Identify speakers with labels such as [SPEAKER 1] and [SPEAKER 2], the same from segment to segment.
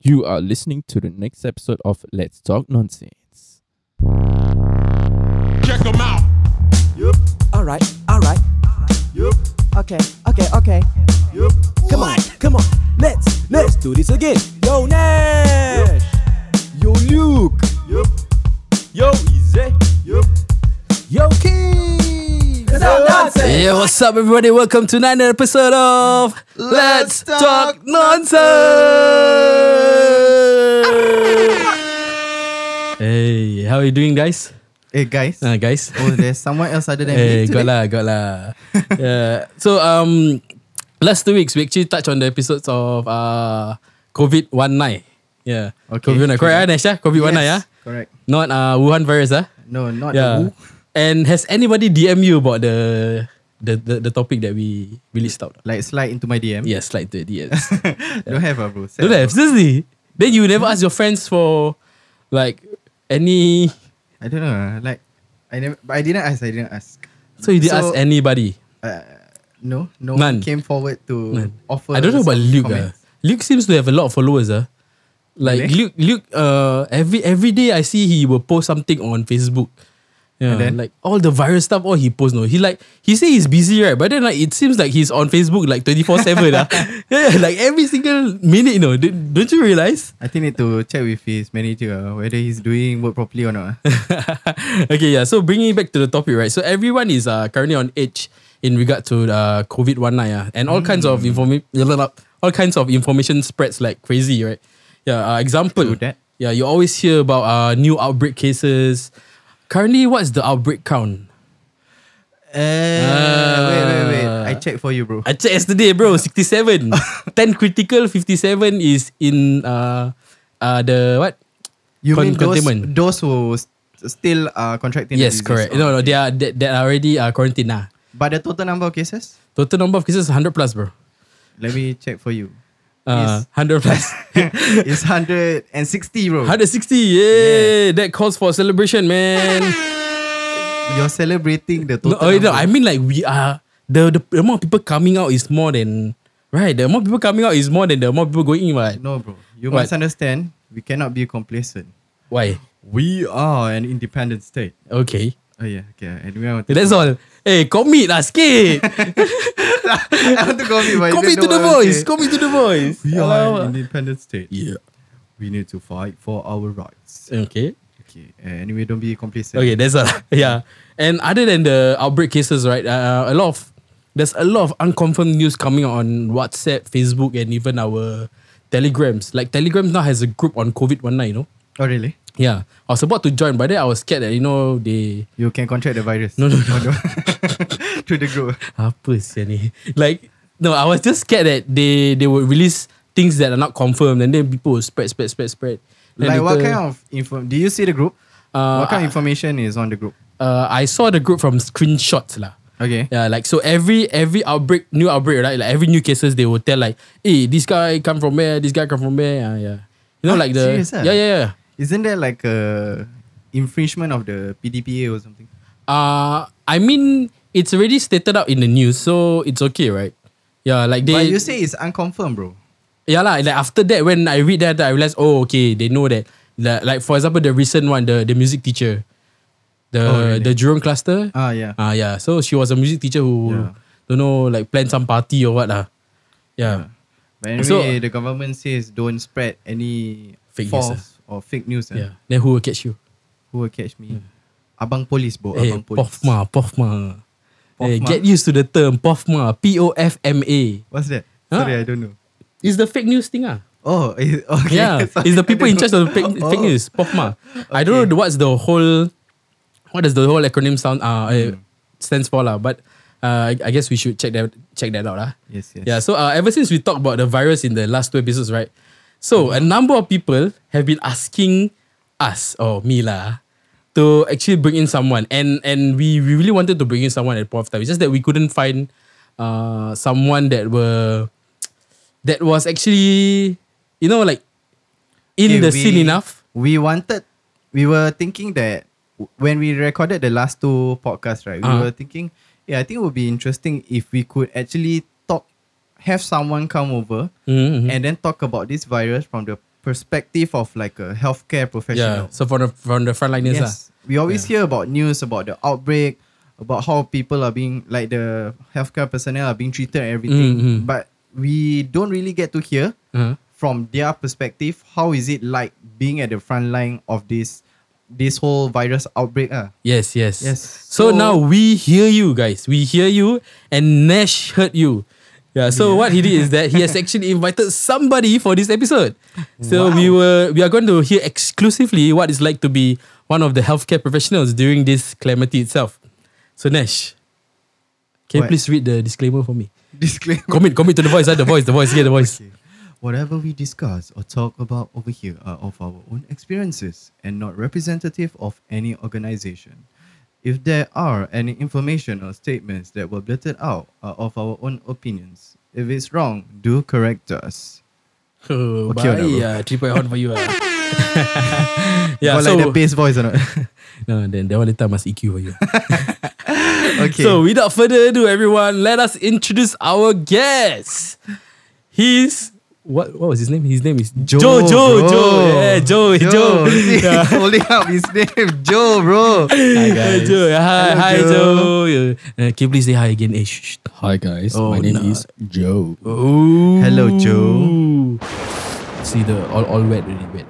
[SPEAKER 1] You are listening to the next episode of Let's Talk Nonsense.
[SPEAKER 2] Check them out.
[SPEAKER 3] All right, all right. Yep. Okay, okay, okay. Yep. Come on, come on. Let's let's do this again. Yo Nash. Yo Luke. Yep. Yo Izzy. Yep. Yo Key.
[SPEAKER 4] Hey, what's up, everybody? Welcome to another episode of Let's, Talk, Nonsense. hey, how are you doing, guys?
[SPEAKER 5] Eh guys
[SPEAKER 4] Uh, guys.
[SPEAKER 5] Oh there's someone else other than
[SPEAKER 4] Hey,
[SPEAKER 5] me
[SPEAKER 4] got
[SPEAKER 5] today
[SPEAKER 4] lah, got lah. yeah. So, um, last two weeks we actually touched on the episodes of uh COVID one nine. Yeah.
[SPEAKER 5] Okay,
[SPEAKER 4] COVID one nine. Correct, ah, Nash? COVID one nine. Yeah.
[SPEAKER 5] Yes, Correct
[SPEAKER 4] Not uh Wuhan virus. Ah.
[SPEAKER 5] No not
[SPEAKER 4] Yeah.
[SPEAKER 5] yeah.
[SPEAKER 4] And has anybody DM you about the the the, the topic that we we list out?
[SPEAKER 5] Like slide into my DM
[SPEAKER 4] Yes, like that. Yes.
[SPEAKER 5] Don't have ah bro Sad
[SPEAKER 4] Don't
[SPEAKER 5] ah,
[SPEAKER 4] have
[SPEAKER 5] bro.
[SPEAKER 4] seriously. Then you never ask your friends for like any.
[SPEAKER 5] I don't know ah, Like I never but I didn't ask I didn't ask
[SPEAKER 4] So you didn't ask
[SPEAKER 5] So-
[SPEAKER 4] anybody.
[SPEAKER 5] uh, No No
[SPEAKER 4] None.
[SPEAKER 5] one came forward to
[SPEAKER 4] None.
[SPEAKER 5] offer
[SPEAKER 4] I don't know about
[SPEAKER 5] some
[SPEAKER 4] Luke. ah.
[SPEAKER 5] comments.
[SPEAKER 4] Luke seems to have a lot of followers. Ah, like Luke.
[SPEAKER 5] Really?
[SPEAKER 4] Luke. Uh, every every day I see he will post something on Facebook. Yeah,
[SPEAKER 5] And then?
[SPEAKER 4] like all the virus stuff, all he posts. No, he like he say he's busy, right? But then like it seems like he's on Facebook like twenty four seven. Yeah, yeah, like every single minute. You know, Don't- don't you realize?
[SPEAKER 5] I think need to check with his manager ah, Whether he's doing work properly or not ah.
[SPEAKER 4] okay, yeah. So bringing it back to the topic, right? So everyone is uh, currently on edge in regard to uh, COVID one nine, uh, and all kinds
[SPEAKER 5] Hmm.
[SPEAKER 4] of information, all kinds of information spreads like crazy, right? Yeah. Uh, example.
[SPEAKER 5] True that.
[SPEAKER 4] Yeah, you always hear about uh, new outbreak cases. Currently, what's the outbreak count?
[SPEAKER 5] Eh, Wait wait wait I check for you bro
[SPEAKER 4] Ah. I checked yesterday, bro. 67. 10 critical, 57 is in uh, uh, the what?
[SPEAKER 5] You
[SPEAKER 4] Con-
[SPEAKER 5] mean those
[SPEAKER 4] containment.
[SPEAKER 5] Those who s- Still uh, contracting the
[SPEAKER 4] yes,
[SPEAKER 5] disease.
[SPEAKER 4] correct. No, no, they are they, they are already uh, quarantined. Nah.
[SPEAKER 5] But the total number of cases
[SPEAKER 4] Total number of cases 100 plus, bro.
[SPEAKER 5] Let me check for you
[SPEAKER 4] Uh, 100 plus.
[SPEAKER 5] It's 160 bro
[SPEAKER 4] 160, yeah. That calls for celebration, man.
[SPEAKER 5] You're celebrating the
[SPEAKER 4] no,
[SPEAKER 5] total.
[SPEAKER 4] oh, no,
[SPEAKER 5] number.
[SPEAKER 4] I mean like we are the, the the amount of people coming out is more than right. The amount of people coming out is more than the amount of people going in, right?
[SPEAKER 5] no, bro. You
[SPEAKER 4] What?
[SPEAKER 5] must understand. We cannot be complacent.
[SPEAKER 4] Why?
[SPEAKER 5] We are an independent state.
[SPEAKER 4] Okay.
[SPEAKER 5] Oh yeah, okay. And we want to.
[SPEAKER 4] That's all. Hey, commit lah sikit.
[SPEAKER 5] I want to commit, but
[SPEAKER 4] commit
[SPEAKER 5] you
[SPEAKER 4] to the
[SPEAKER 5] don't know what I'm
[SPEAKER 4] voice.
[SPEAKER 5] saying.
[SPEAKER 4] Commit to the voice.
[SPEAKER 5] we are an
[SPEAKER 4] Alamak.
[SPEAKER 5] independent state.
[SPEAKER 4] Yeah.
[SPEAKER 5] We need to fight for our rights.
[SPEAKER 4] Okay.
[SPEAKER 5] Okay. Uh, anyway, don't be complacent.
[SPEAKER 4] Okay, that's all. yeah. And other than the outbreak cases, right? Uh, a lot of there's a lot of unconfirmed news coming out on WhatsApp, Facebook, and even our Telegrams. Like Telegrams now has a group on COVID one night, you know.
[SPEAKER 5] Oh really?
[SPEAKER 4] Yeah, I was about to join, but then I was scared that you know they
[SPEAKER 5] You can contract the virus. No, no, no. to the group.
[SPEAKER 4] apa sia ni? Like no, I was just scared that they they would release things that are not confirmed, and then people will spread, spread, spread, spread. Then
[SPEAKER 5] Like what
[SPEAKER 4] later-
[SPEAKER 5] kind of info? Do you see the group?
[SPEAKER 4] Uh,
[SPEAKER 5] what
[SPEAKER 4] I-
[SPEAKER 5] kind of information is on the group?
[SPEAKER 4] uh, I saw the group from screenshots lah.
[SPEAKER 5] Okay.
[SPEAKER 4] Yeah, like so every every outbreak, new outbreak, right? Like every new cases, they will tell like, hey, this guy come from where, this guy come from where, yeah, yeah. You know,
[SPEAKER 5] Ah,
[SPEAKER 4] like the
[SPEAKER 5] serious ah?
[SPEAKER 4] yeah, yeah, yeah.
[SPEAKER 5] Isn't there like a infringement of the PDPA or something?
[SPEAKER 4] Uh, I mean, it's already stated out in the news, so it's okay, right? Yeah, like they.
[SPEAKER 5] but you say it's unconfirmed, bro.
[SPEAKER 4] Yeah lah. Like after that, when I read that, I realized, oh, okay, they know that. Like, like for example, the recent one, the the music teacher, the
[SPEAKER 5] Oh, really?
[SPEAKER 4] the Jurong cluster.
[SPEAKER 5] Ah, yeah.
[SPEAKER 4] Ah yeah. So she was a music teacher who
[SPEAKER 5] Yeah.
[SPEAKER 4] don't know like planned some party or what lah. Yeah.
[SPEAKER 5] But anyway,
[SPEAKER 4] So-
[SPEAKER 5] the government says don't spread any
[SPEAKER 4] Fake news, eh?
[SPEAKER 5] false or fake news.
[SPEAKER 4] yeah. Hmm.
[SPEAKER 5] Yeah.
[SPEAKER 4] Then who will catch you?
[SPEAKER 5] Who will catch me? Abang police, bro.
[SPEAKER 4] Eh,
[SPEAKER 5] Abang police.
[SPEAKER 4] Pofma, Pofma. Eh,
[SPEAKER 5] Pofma.
[SPEAKER 4] get used to the term Pofma. P O F M A.
[SPEAKER 5] What's that?
[SPEAKER 4] Huh?
[SPEAKER 5] Sorry, I don't know.
[SPEAKER 4] It's the fake news thing ah.
[SPEAKER 5] Oh, eh, okay.
[SPEAKER 4] Yeah,
[SPEAKER 5] Sorry,
[SPEAKER 4] it's the
[SPEAKER 5] I
[SPEAKER 4] people in
[SPEAKER 5] don't
[SPEAKER 4] charge of the
[SPEAKER 5] know.
[SPEAKER 4] fake, fake
[SPEAKER 5] Oh,
[SPEAKER 4] news, POFMA. I don't know the- what's the whole, what does the whole acronym sound uh, eh,
[SPEAKER 5] Hmm.
[SPEAKER 4] stands for lah. But uh, I, I guess we should check that check that out lah.
[SPEAKER 5] Yes, yes.
[SPEAKER 4] Yeah. So uh, ever since we talked about the virus in the last two episodes, right? So a number of people have been asking us or me lah to actually bring in someone, and and we, we really wanted to bring in someone at point of time. It's just that we couldn't find uh someone that were that was actually you know like in
[SPEAKER 5] Okay,
[SPEAKER 4] the
[SPEAKER 5] we-
[SPEAKER 4] scene enough.
[SPEAKER 5] We wanted, we were thinking that w- when we recorded the last two podcasts, right? We
[SPEAKER 4] Ah.
[SPEAKER 5] were thinking, yeah, I think it would be interesting if we could actually talk, have someone come over
[SPEAKER 4] Mhm.
[SPEAKER 5] and then talk about this virus from the perspective of like a healthcare
[SPEAKER 4] Yeah.
[SPEAKER 5] professional.
[SPEAKER 4] So from the from the frontliners lah.
[SPEAKER 5] Yes. We always hear about news about the outbreak, about how people are being like the healthcare personnel are being treated and everything.
[SPEAKER 4] Mm, mm.
[SPEAKER 5] But we don't really get to hear
[SPEAKER 4] Uh-huh.
[SPEAKER 5] from their perspective how is it like being at the front line of this this whole virus outbreak. Ah,
[SPEAKER 4] Yes, yes.
[SPEAKER 5] Yes.
[SPEAKER 4] So,
[SPEAKER 5] So-
[SPEAKER 4] now we hear you guys. We hear you and Nash heard you. Yeah. So what he did is that he has actually invited somebody for this episode. So we were we are going to hear exclusively what it's like to be one of the healthcare professionals during this calamity itself. So Nash, can you
[SPEAKER 5] What?
[SPEAKER 4] please read the disclaimer for me?
[SPEAKER 5] Disclaimer.
[SPEAKER 4] Commit, commit to the voice, ah, the voice, the voice, yeah, the voice.
[SPEAKER 5] Okay. Whatever we discuss or talk about over here are of our own experiences and not representative of any organization. If there are any information or statements that were blurted out are of our own opinions. If it's wrong, do correct us.
[SPEAKER 4] Oh,
[SPEAKER 5] Okay or not, bro?
[SPEAKER 4] bye, ah, three point hot for you. ah. yeah,
[SPEAKER 5] Got
[SPEAKER 4] so
[SPEAKER 5] like the bass voice or not?
[SPEAKER 4] no, then that one later must EQ for you.
[SPEAKER 5] okay.
[SPEAKER 4] So without further ado, everyone, let us introduce our guest. He's what? What was his name? His name is Joe. Joe. Joe.
[SPEAKER 5] bro.
[SPEAKER 4] Yeah, Joe. Joe.
[SPEAKER 5] See,
[SPEAKER 4] Yeah.
[SPEAKER 5] holding up his name, Joe, bro.
[SPEAKER 4] Hi guys. Joe. Hi,
[SPEAKER 5] Hello,
[SPEAKER 4] hi
[SPEAKER 5] Joe.
[SPEAKER 4] Joe. Yeah. Uh, can you please say hi again? Eh, shh, shh.
[SPEAKER 1] Hi guys,
[SPEAKER 4] Oh,
[SPEAKER 1] my name
[SPEAKER 4] nah.
[SPEAKER 1] is Joe.
[SPEAKER 4] Oh.
[SPEAKER 5] Hello, Joe.
[SPEAKER 4] See the all all wet already wet.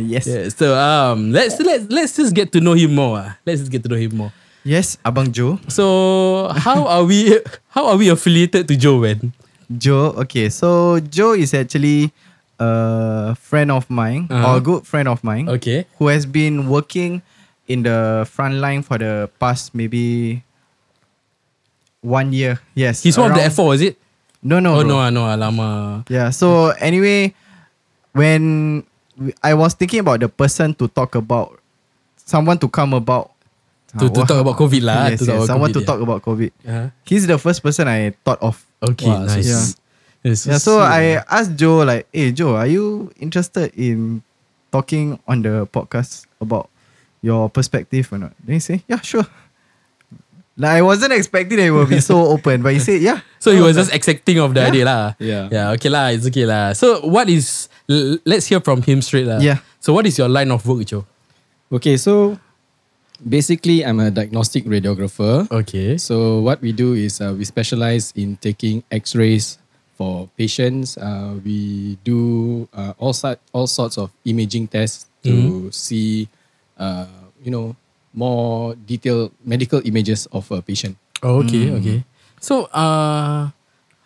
[SPEAKER 5] yes.
[SPEAKER 4] yeah. So um, let's let's let's just get to know him more. ah. Let's just get to know him more.
[SPEAKER 5] Yes, Abang Joe.
[SPEAKER 4] So how are we? How are we affiliated to Joe? When?
[SPEAKER 5] Joe. Okay, so Joe is actually a friend of mine
[SPEAKER 4] Uh-huh.
[SPEAKER 5] or a good friend of mine
[SPEAKER 4] Okay.
[SPEAKER 5] who has been working in the front line for the past maybe one year. Yes,
[SPEAKER 4] He's one of the
[SPEAKER 5] around-
[SPEAKER 4] F4, is it?
[SPEAKER 5] No, no,
[SPEAKER 4] Oh, no,
[SPEAKER 5] bro.
[SPEAKER 4] ah, no, ah, lama.
[SPEAKER 5] Yeah. So anyway, when we- I was thinking about the person to talk about, someone to come about.
[SPEAKER 4] To- to
[SPEAKER 5] Ah,
[SPEAKER 4] talk
[SPEAKER 5] wha-
[SPEAKER 4] about COVID lah,
[SPEAKER 5] Yes,
[SPEAKER 4] to talk
[SPEAKER 5] yes,
[SPEAKER 4] about
[SPEAKER 5] someone
[SPEAKER 4] COVID,
[SPEAKER 5] to
[SPEAKER 4] yeah.
[SPEAKER 5] talk about COVID.
[SPEAKER 4] Uh-huh.
[SPEAKER 5] He's the first person I thought of.
[SPEAKER 4] Okay,
[SPEAKER 1] Wow, so
[SPEAKER 4] nice.
[SPEAKER 5] yeah.
[SPEAKER 4] It's
[SPEAKER 5] yeah,
[SPEAKER 4] sweet,
[SPEAKER 5] so I
[SPEAKER 4] man.
[SPEAKER 5] asked Joe like, "Hey Joe, are you interested in talking on the podcast about your perspective or not?" Then he say, "Yeah, sure." Like I wasn't expecting that it will be so open, but he said, "Yeah."
[SPEAKER 4] So he was just accepting of the
[SPEAKER 5] Oh, Yeah.
[SPEAKER 4] idea lah.
[SPEAKER 1] Yeah.
[SPEAKER 4] Yeah. Okay lah. It's okay lah. So what is? l- Let's hear from him straight lah.
[SPEAKER 5] Yeah.
[SPEAKER 4] So what is your line of work, Joe?
[SPEAKER 2] Okay, so basically, I'm a diagnostic radiographer.
[SPEAKER 4] Okay.
[SPEAKER 2] So what we do is uh, we specialize in taking X-rays for patients. Uh, we do uh, all si- all sorts of imaging tests to
[SPEAKER 4] Mm-hmm.
[SPEAKER 2] see, uh, you know, more detailed medical images of a patient.
[SPEAKER 4] Oh, okay.
[SPEAKER 5] Hmm.
[SPEAKER 4] Okay. So uh,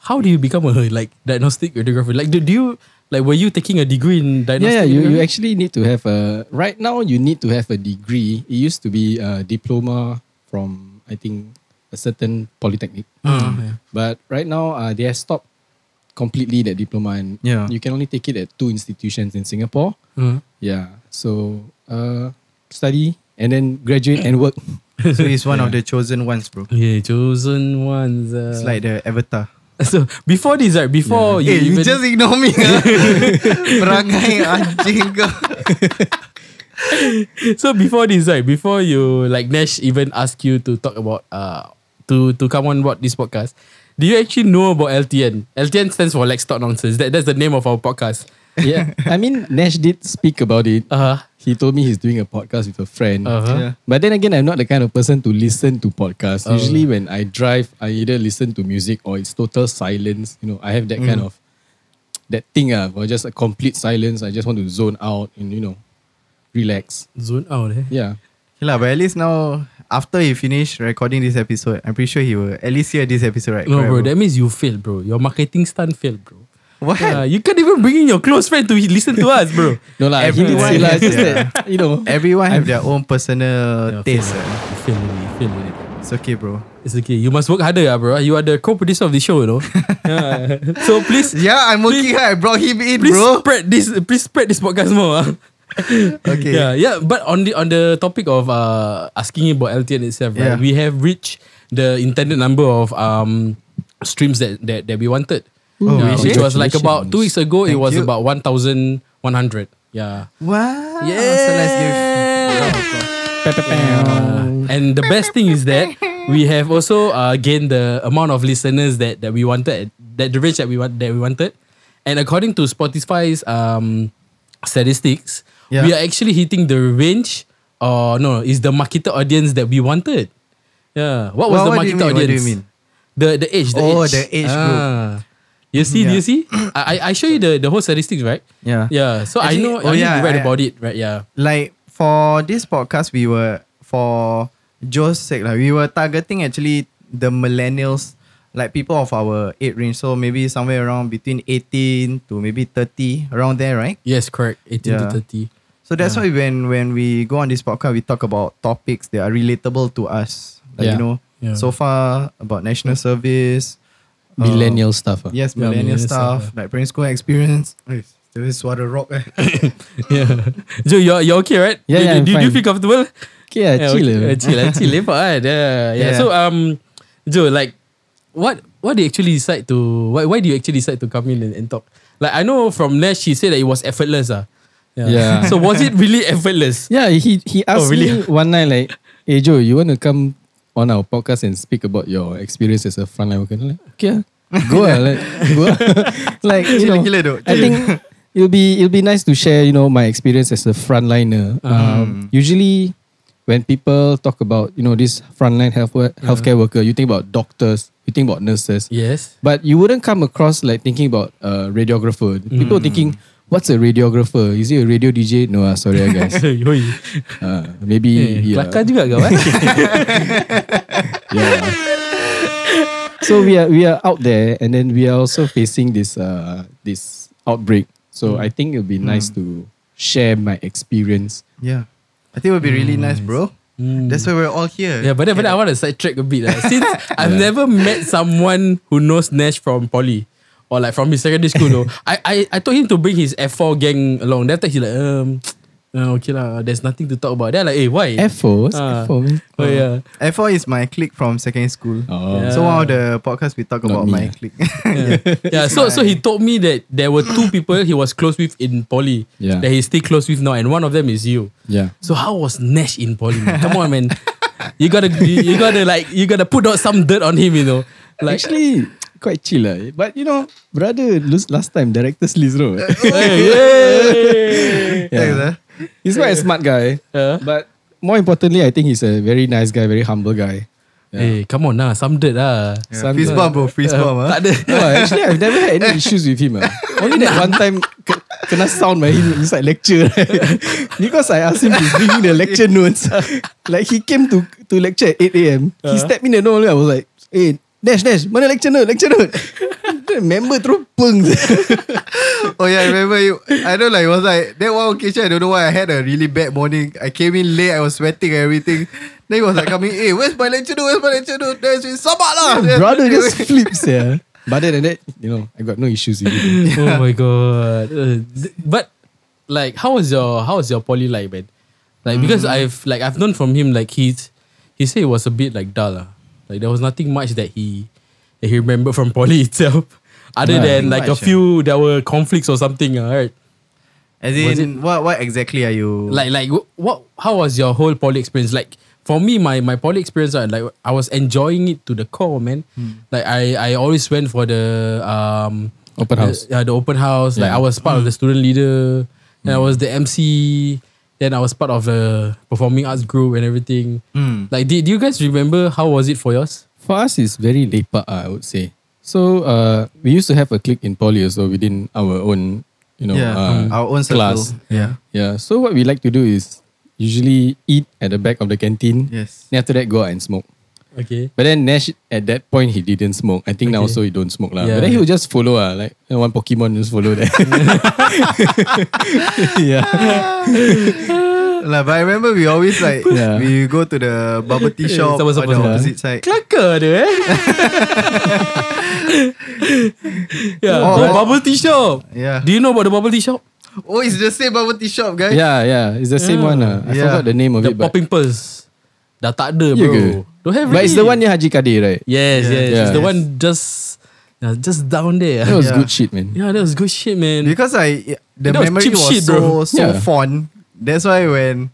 [SPEAKER 4] how do you become a like diagnostic radiographer? Like, do, do you like were you taking a degree in diagnostic?
[SPEAKER 2] Yeah, yeah you, you
[SPEAKER 4] radiography?
[SPEAKER 2] actually need to have a right now you need to have a degree. It used to be a diploma from I think a certain polytechnic.
[SPEAKER 4] Ah, yeah.
[SPEAKER 2] But right now uh, they have stopped completely that diploma and uh,
[SPEAKER 5] Yeah.
[SPEAKER 2] you can only take it at two institutions in Singapore.
[SPEAKER 4] Uh,
[SPEAKER 2] Yeah. So uh, study and then graduate and work.
[SPEAKER 5] so he's one of the chosen ones, bro.
[SPEAKER 4] yeah, chosen ones. Uh.
[SPEAKER 5] It's like the avatar.
[SPEAKER 4] so before this, right? Before Eh, you,
[SPEAKER 5] hey, Eh, you
[SPEAKER 4] even,
[SPEAKER 5] just ignore me. ah. Perangai anjing kau.
[SPEAKER 4] So before this, right? Before you like Nash even ask you to talk about uh to to come on board this podcast, do you actually know about LTN? LTN stands for Let's Talk Nonsense. That, that's the name of our podcast.
[SPEAKER 2] yeah. I mean Nash did speak about it.
[SPEAKER 4] Uh huh.
[SPEAKER 2] He told me he's doing a podcast with a friend.
[SPEAKER 4] Uh huh.
[SPEAKER 5] Yeah.
[SPEAKER 2] But then again, I'm not the kind of person to listen to podcasts. Usually, when I drive, I either listen to music or it's total silence. You know, I have that kind of that thing ah, or just a complete silence. I just want to zone out and you know, relax.
[SPEAKER 4] Zone out. Eh?
[SPEAKER 2] Yeah,
[SPEAKER 5] Okay lah, but at least now after he finish recording this episode, I'm pretty sure he will at least hear this episode, right?
[SPEAKER 4] No,
[SPEAKER 5] Correct,
[SPEAKER 4] bro. That means you failed, bro. Your marketing stunt failed, bro.
[SPEAKER 5] What?
[SPEAKER 4] Yeah, you can't even bring in your close friend to listen to us, bro.
[SPEAKER 2] no lah. He did
[SPEAKER 5] Everyone
[SPEAKER 2] say lah,
[SPEAKER 5] has
[SPEAKER 2] it's just
[SPEAKER 5] their-
[SPEAKER 2] that you know.
[SPEAKER 5] Everyone have their own personal
[SPEAKER 4] Yeah, fail,
[SPEAKER 5] taste. ah.
[SPEAKER 4] You failed, already, you failed already.
[SPEAKER 5] It's okay, bro.
[SPEAKER 4] It's okay. You must work harder, ah, bro. You are the co-producer of the show, you know. Yeah. So please,
[SPEAKER 5] Yeah, I'm working hard. I brought him in,
[SPEAKER 4] please
[SPEAKER 5] bro.
[SPEAKER 4] spread this please spread this podcast more. ah.
[SPEAKER 5] Okay.
[SPEAKER 4] Yeah, yeah. But on the on the topic of uh asking about LTN itself, right?
[SPEAKER 5] Yeah.
[SPEAKER 4] We have reached the intended number of um streams that that, that we wanted.
[SPEAKER 2] Ooh,
[SPEAKER 4] Yeah,
[SPEAKER 5] is
[SPEAKER 4] which
[SPEAKER 5] it?
[SPEAKER 4] was like about two weeks ago. it
[SPEAKER 5] Oh, Thank
[SPEAKER 4] was
[SPEAKER 5] you.
[SPEAKER 4] about one thousand one hundred. Yeah.
[SPEAKER 5] Wow.
[SPEAKER 4] Yeah.
[SPEAKER 5] So let's give.
[SPEAKER 4] Yeah. Uh, And the best thing is that we have also uh, gained the amount of listeners that, that we wanted, that the range that we want that we wanted, and according to Spotify's um statistics,
[SPEAKER 5] Yeah.
[SPEAKER 4] we are actually hitting the range or no, is the marketed audience that we wanted. Yeah. What was
[SPEAKER 5] Well,
[SPEAKER 4] the
[SPEAKER 5] what do you
[SPEAKER 4] marketed
[SPEAKER 5] mean? What do
[SPEAKER 4] audience?
[SPEAKER 5] you mean?
[SPEAKER 4] The the age. The
[SPEAKER 5] Oh,
[SPEAKER 4] age.
[SPEAKER 5] the age group.
[SPEAKER 4] Ah. You see,
[SPEAKER 5] Yeah.
[SPEAKER 4] you see? I I I show you the, the whole statistics, right?
[SPEAKER 5] Yeah.
[SPEAKER 4] Yeah. So
[SPEAKER 5] Actually-
[SPEAKER 4] I know
[SPEAKER 5] oh,
[SPEAKER 4] I know
[SPEAKER 5] yeah,
[SPEAKER 4] you read
[SPEAKER 5] I-
[SPEAKER 4] about it, right? Yeah.
[SPEAKER 5] like for this podcast, we were for Joe's sake, like we were targeting actually the millennials, like people of our age range. So maybe somewhere around between eighteen to maybe thirty, around there, right?
[SPEAKER 4] Yes, correct. 18
[SPEAKER 5] Yeah.
[SPEAKER 4] to 30.
[SPEAKER 5] So that's why when when we go on this podcast, we talk about topics that are relatable to us. Like you
[SPEAKER 2] Yeah.
[SPEAKER 5] know,
[SPEAKER 4] Yeah.
[SPEAKER 5] so far about national service, uh,
[SPEAKER 2] millennial stuff. ah.
[SPEAKER 5] yes,
[SPEAKER 4] Yeah, millennial
[SPEAKER 5] millennial
[SPEAKER 4] stuff,
[SPEAKER 5] stuff, like primary school experience. Still is what a rock. eh.
[SPEAKER 4] Yeah. Joe, you're, you're okay, right?
[SPEAKER 2] Yeah,
[SPEAKER 4] do,
[SPEAKER 2] yeah, I'm
[SPEAKER 4] do, do you
[SPEAKER 2] fine.
[SPEAKER 4] feel comfortable?
[SPEAKER 2] Okay, ah, chill.
[SPEAKER 4] okay.
[SPEAKER 2] ah.
[SPEAKER 4] Uh, chill, uh, chill, lepak kan. Yeah, yeah.
[SPEAKER 5] Yeah.
[SPEAKER 4] So um, Joe, like, what what do you actually decide to why why do you actually decide to come in and, and talk? Like I know from Nash, she said that it was effortless. Ah,
[SPEAKER 2] Yeah.
[SPEAKER 4] So was it really effortless?
[SPEAKER 2] Yeah, he he asked
[SPEAKER 4] really?
[SPEAKER 2] me one night like, "Hey Joe, you want to come on our podcast and speak about your experience as a frontline worker?" I'm like, okay, ah. go ah, like, go ah." like you know,
[SPEAKER 5] Gila dok.
[SPEAKER 2] I think it'll be it'll be nice to share you know my experience as a frontliner. Um, usually, when people talk about you know this frontline health wo- healthcare worker, you think about doctors, you think about nurses,
[SPEAKER 4] Yes.
[SPEAKER 2] but you wouldn't come across like thinking about a radiographer. People
[SPEAKER 4] Hmm.
[SPEAKER 2] thinking, what's a radiographer? Is he a radio DJ? No, ah, sorry ah, guys.
[SPEAKER 4] Yoi.
[SPEAKER 2] Uh, maybe yeah.
[SPEAKER 4] Kelakar juga kau eh.
[SPEAKER 2] Yeah. so we are we are out there, and then we are also facing this uh this outbreak. So
[SPEAKER 4] Hmm.
[SPEAKER 2] I think it'll be nice to share my experience.
[SPEAKER 5] Yeah. I think it would be really nice, bro. That's why we're all here.
[SPEAKER 4] Yeah, but then, but then I want to sidetrack a bit. lah. Since I've never met someone who knows Nash from Poly or like from his secondary school, though, I, I, I told him to bring his F4 gang along. Then after he like, um, uh, okay lah, there's nothing to talk about. Then I like, hey, why?
[SPEAKER 2] Efforts,
[SPEAKER 4] Ah.
[SPEAKER 2] efforts.
[SPEAKER 4] oh yeah.
[SPEAKER 5] F4 is my clique from secondary school.
[SPEAKER 2] Oh.
[SPEAKER 5] So one of the podcasts we talk
[SPEAKER 2] Not
[SPEAKER 5] about
[SPEAKER 2] me,
[SPEAKER 5] my
[SPEAKER 2] ah.
[SPEAKER 5] clique.
[SPEAKER 4] Yeah. yeah. So so he told me that there were two people he was close with in Poly
[SPEAKER 2] Yeah.
[SPEAKER 4] that he's still close with now, and one of them is you.
[SPEAKER 2] Yeah.
[SPEAKER 4] So how was Nash in Poly? man? Come on, man. You gotta you, you gotta like you gotta put out some dirt on him, you know. Like
[SPEAKER 2] Actually, quite chill lah. But you know, brother, lose- last time director's list, bro.
[SPEAKER 4] Hey,
[SPEAKER 2] Yeah.
[SPEAKER 5] Thanks, ah.
[SPEAKER 2] he's quite a smart guy,
[SPEAKER 4] Yeah.
[SPEAKER 2] but more importantly, I think he's a very nice guy, very humble guy.
[SPEAKER 4] hey, come on lah, some dirt ah. lah.
[SPEAKER 5] Yeah,
[SPEAKER 2] Some-
[SPEAKER 5] fist bump, bro. Fist bump. ah.
[SPEAKER 4] Tak ada.
[SPEAKER 2] No, actually, I've never had any issues with him. ah. Only that one time, ke- kena sound by him inside lecture. right? because I asked him to bring me the lecture notes. like, he came to to lecture at 8 a.m. He stepped me in the note. I was like, hey, Nash, Nash, mana lecture note? Lecture note. Then member terus peng.
[SPEAKER 5] Oh yeah, I remember you. I don't like. It was like that one occasion. I don't know why I had a really bad morning. I came in late. I was sweating and everything. Then he was like coming. Hey, where's my lecture note? Where's my lecture note? There's been sabat lah.
[SPEAKER 2] Brother just flips. Yeah. But other than that, you know, I got no issues with him.
[SPEAKER 4] Oh my god. Uh, th- But like, how was your how was your poly life, man? Like because I've like I've known from him like he's he said it was a bit like dull lah. Like there was nothing much that he that he remembered from poly itself. Other
[SPEAKER 2] Yeah.
[SPEAKER 4] than like a
[SPEAKER 5] Much,
[SPEAKER 4] few there were conflicts or something, ah, right?
[SPEAKER 5] As
[SPEAKER 4] Was
[SPEAKER 5] in, what what exactly are you?
[SPEAKER 4] Like like wh- what how was your whole poly experience? Like for me, my my poly experience, ah, like I was enjoying it to the core, man.
[SPEAKER 2] Hmm.
[SPEAKER 4] Like I I always went for the um
[SPEAKER 2] Open house.
[SPEAKER 4] The, yeah, the open house. Like
[SPEAKER 2] Yeah. Hmm.
[SPEAKER 4] I was part of the student leader, and I was the MC. Then I was part of the performing arts group and everything.
[SPEAKER 5] Hmm.
[SPEAKER 4] Like, do, do you guys remember how was it for yours?
[SPEAKER 2] For us, it's very lepak, ah, I would say. So uh, we used to have a clique in poly, so within our own, you know,
[SPEAKER 5] yeah, um,
[SPEAKER 2] uh,
[SPEAKER 5] our own circle.
[SPEAKER 2] class.
[SPEAKER 5] Yeah.
[SPEAKER 2] Yeah. So what we like to do is usually eat at the back of the canteen.
[SPEAKER 5] Yes.
[SPEAKER 2] Then after that, go out and smoke.
[SPEAKER 4] Okay.
[SPEAKER 2] But then Nash at that point he didn't smoke. I think now also he don't smoke lah. But
[SPEAKER 4] Yeah.
[SPEAKER 2] then he would just follow ah, like you know, one Pokemon just follow there. yeah.
[SPEAKER 5] Like, but I remember we always like
[SPEAKER 2] Yeah.
[SPEAKER 5] we go to the bubble tea
[SPEAKER 4] Eh,
[SPEAKER 5] shop
[SPEAKER 4] sama,
[SPEAKER 5] on
[SPEAKER 4] sama,
[SPEAKER 5] the
[SPEAKER 4] sama.
[SPEAKER 5] opposite side.
[SPEAKER 4] Kelakar dia eh. yeah,
[SPEAKER 5] Oh,
[SPEAKER 4] the
[SPEAKER 5] oh.
[SPEAKER 4] bubble tea shop.
[SPEAKER 5] Yeah.
[SPEAKER 4] Do you know about the bubble tea shop?
[SPEAKER 5] Oh, it's the same bubble tea shop, guys.
[SPEAKER 2] Yeah, yeah. It's the same one ah. I
[SPEAKER 5] Yeah.
[SPEAKER 2] forgot the name of
[SPEAKER 4] The
[SPEAKER 2] it, but
[SPEAKER 4] popping pearls. Dah tak ada
[SPEAKER 2] Yeah
[SPEAKER 4] bro.
[SPEAKER 2] ke?
[SPEAKER 4] Don't have
[SPEAKER 2] but it's the
[SPEAKER 4] already.
[SPEAKER 2] one near Haji Kadir, right?
[SPEAKER 4] Yes, yes.
[SPEAKER 5] Yeah.
[SPEAKER 2] Yeah.
[SPEAKER 4] It's the
[SPEAKER 5] Yes.
[SPEAKER 4] one just yeah, just down there.
[SPEAKER 2] That was
[SPEAKER 5] Yeah.
[SPEAKER 2] good shit, man.
[SPEAKER 4] Yeah, that was good shit, man.
[SPEAKER 5] Because I the
[SPEAKER 4] That was
[SPEAKER 5] memory
[SPEAKER 4] cheap
[SPEAKER 5] was
[SPEAKER 4] shit,
[SPEAKER 5] so
[SPEAKER 4] bro.
[SPEAKER 5] so
[SPEAKER 2] Yeah.
[SPEAKER 5] fond. That's why when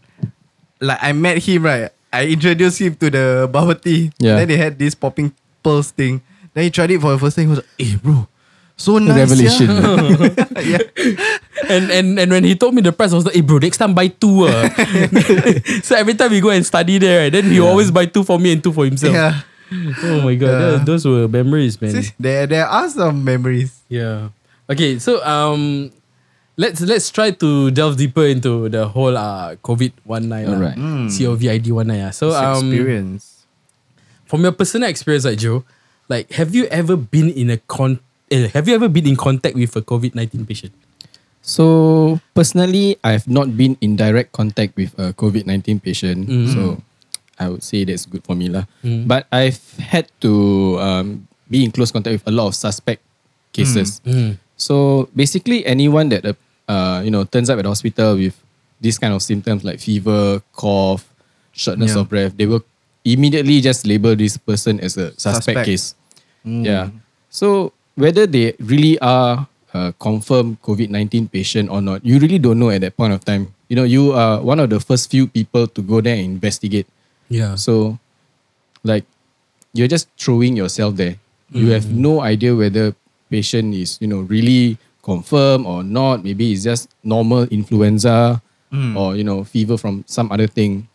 [SPEAKER 5] like I met him, right? I introduced him to the bubble tea.
[SPEAKER 2] Yeah.
[SPEAKER 5] Then they had this popping pearls thing. Then he tried it for the first time. He was like, "Hey, "Eh, bro, So nice.
[SPEAKER 2] Revelation.
[SPEAKER 5] Yeah. yeah.
[SPEAKER 4] And, and and when he told me the price, I was like, hey bro, next time buy two. ah." so every time we go and study there, right, then he always buy two for me and two for himself.
[SPEAKER 5] yeah.
[SPEAKER 4] Oh my god,
[SPEAKER 5] Yeah.
[SPEAKER 4] those, those were memories, man.
[SPEAKER 5] See, there, there are some memories.
[SPEAKER 4] Yeah. Okay, so um let's let's try to delve deeper into the whole uh COVID one nine. uh,
[SPEAKER 2] Alright.
[SPEAKER 4] COVID one nine. ah. So
[SPEAKER 5] It's
[SPEAKER 4] um
[SPEAKER 5] experience.
[SPEAKER 4] from your personal experience like Joe, like have you ever been in a con eh, have you ever been in contact with a COVID nineteen patient?
[SPEAKER 2] So personally, I have not been in direct contact with a COVID nineteen patient, so I would say that's good for me lah. But I've had to um, be in close contact with a lot of suspect cases.
[SPEAKER 4] Mm.
[SPEAKER 5] Hmm,
[SPEAKER 2] So basically, anyone that uh, uh, you know turns up at the hospital with these kind of symptoms like fever, cough, shortness
[SPEAKER 5] Yeah.
[SPEAKER 2] of breath, they will immediately just label this person as a suspect,
[SPEAKER 5] Suspect. Mm.
[SPEAKER 2] case. Yeah. So whether they really are a confirmed COVID nineteen patient or not, you really don't know at that point of time. You know, you are one of the first few people to go there and investigate.
[SPEAKER 4] Yeah.
[SPEAKER 2] So, like, you're just throwing yourself there. You have
[SPEAKER 5] Mm.
[SPEAKER 2] no idea whether patient is you know really confirmed or not. Maybe it's just normal influenza
[SPEAKER 5] Mm.
[SPEAKER 2] or you know fever from some other thing.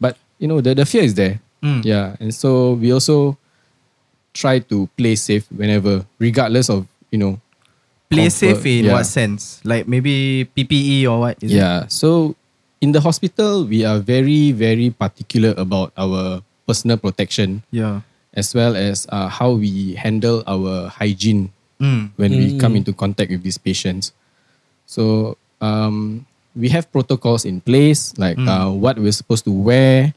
[SPEAKER 2] But you know the the fear is there.
[SPEAKER 5] Mm.
[SPEAKER 2] Yeah, and so we also try to play safe whenever, regardless of you know.
[SPEAKER 5] Play
[SPEAKER 2] comfort.
[SPEAKER 5] safe in
[SPEAKER 2] Yeah.
[SPEAKER 5] what sense? Like maybe PPE or what? is it?
[SPEAKER 2] yeah. So in the hospital, we are very very particular about our personal protection.
[SPEAKER 5] Yeah.
[SPEAKER 2] as well as uh, how we handle our hygiene
[SPEAKER 4] Hmm.
[SPEAKER 5] Mm.
[SPEAKER 2] when we come into contact with these patients. So um, we have protocols in place, like
[SPEAKER 4] Hmm.
[SPEAKER 2] uh, what we're supposed to wear,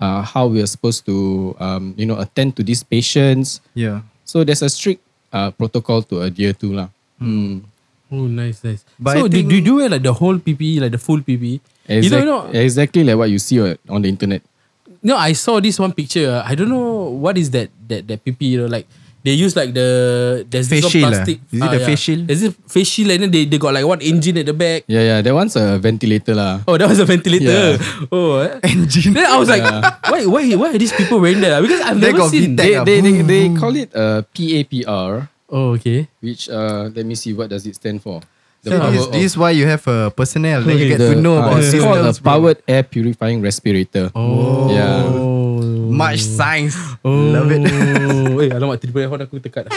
[SPEAKER 2] uh, how we're supposed to um, you know attend to these patients.
[SPEAKER 5] Yeah.
[SPEAKER 2] So there's a strict uh, protocol to adhere to lah.
[SPEAKER 4] Hmm.
[SPEAKER 2] Mm.
[SPEAKER 4] Oh nice, nice.
[SPEAKER 5] But
[SPEAKER 4] so do,
[SPEAKER 5] I
[SPEAKER 4] do you
[SPEAKER 5] think-
[SPEAKER 4] do wear like the whole PPE, like the full PPE? you know,
[SPEAKER 2] Exact-
[SPEAKER 4] you know,
[SPEAKER 5] eh.
[SPEAKER 2] exactly like what you see on on the internet.
[SPEAKER 4] No, I saw this one picture. uh, I don't know what is that that that PP. You know, like they use like the there's this
[SPEAKER 5] Face
[SPEAKER 4] one
[SPEAKER 5] shield, ah.
[SPEAKER 4] plastic.
[SPEAKER 5] Is it the face shield?
[SPEAKER 4] There's this face shield, and then they, they got like one engine at the back.
[SPEAKER 2] Yeah, yeah, that one's a ventilator lah.
[SPEAKER 4] Oh, that was a ventilator. Oh, eh.
[SPEAKER 5] Engine.
[SPEAKER 4] Then I was like, why why why are these people wearing that? ah? Because I've
[SPEAKER 5] They
[SPEAKER 4] never
[SPEAKER 5] got
[SPEAKER 4] seen.
[SPEAKER 5] VTech. ah.
[SPEAKER 2] They,
[SPEAKER 5] Yeah,
[SPEAKER 2] they, they,
[SPEAKER 5] boom,
[SPEAKER 2] they
[SPEAKER 5] boom.
[SPEAKER 2] call it uh, a PAPR.
[SPEAKER 4] Oh, okay.
[SPEAKER 2] which uh let me see what does it stand for.
[SPEAKER 5] See, this,
[SPEAKER 2] of-
[SPEAKER 5] this is why you have a personnel that you get
[SPEAKER 2] the-
[SPEAKER 5] to know
[SPEAKER 2] uh,
[SPEAKER 5] about
[SPEAKER 2] it's called a
[SPEAKER 5] systems. bro.
[SPEAKER 2] powered air purifying respirator.
[SPEAKER 4] Oh.
[SPEAKER 2] Yeah.
[SPEAKER 5] Much science.
[SPEAKER 4] Oh.
[SPEAKER 5] Love it.
[SPEAKER 4] eh, alamak, tiba-tiba handphone aku tekat.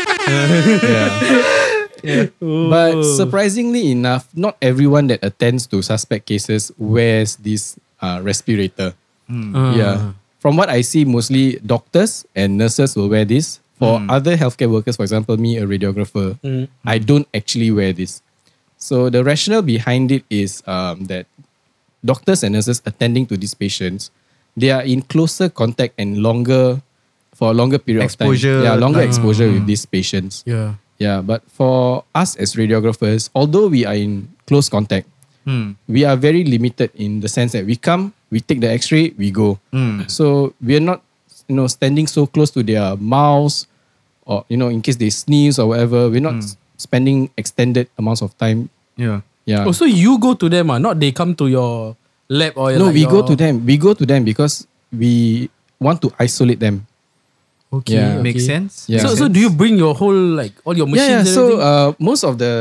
[SPEAKER 5] Oh.
[SPEAKER 2] But surprisingly enough, not everyone that attends to suspect cases wears this uh, respirator.
[SPEAKER 5] Ah.
[SPEAKER 4] Ah.
[SPEAKER 2] Yeah. From what I see, mostly doctors and nurses will wear this. For
[SPEAKER 5] Hmm.
[SPEAKER 2] other healthcare workers, for example, me, a radiographer, I don't actually wear this. So the rationale behind it is um, that doctors and nurses attending to these patients, they are in closer contact and longer for a longer period
[SPEAKER 5] Exposure
[SPEAKER 2] of time. Yeah, longer
[SPEAKER 5] time.
[SPEAKER 2] exposure with these patients.
[SPEAKER 4] Yeah.
[SPEAKER 2] Yeah, but for us as radiographers, although we are in close contact,
[SPEAKER 5] Hmm.
[SPEAKER 2] we are very limited in the sense that we come, we take the X-ray, we go.
[SPEAKER 5] hmm.
[SPEAKER 2] So we are not, you know, standing so close to their mouths, or you know, in case they sneeze or whatever, we're
[SPEAKER 4] Hmm.
[SPEAKER 2] not s- spending extended amounts of time.
[SPEAKER 5] Yeah.
[SPEAKER 2] Yeah.
[SPEAKER 4] Oh, so you go to them, ah, not they come to your lab or
[SPEAKER 2] no,
[SPEAKER 4] like
[SPEAKER 2] we go
[SPEAKER 4] your-
[SPEAKER 2] to them. We go to them because we want to isolate them.
[SPEAKER 5] Okay.
[SPEAKER 2] Yeah.
[SPEAKER 5] Makes
[SPEAKER 4] Okay.
[SPEAKER 5] sense.
[SPEAKER 2] Yeah.
[SPEAKER 4] So, so do you bring your whole like all your machines? and
[SPEAKER 2] yeah, yeah. So
[SPEAKER 4] everything?
[SPEAKER 2] uh, most of the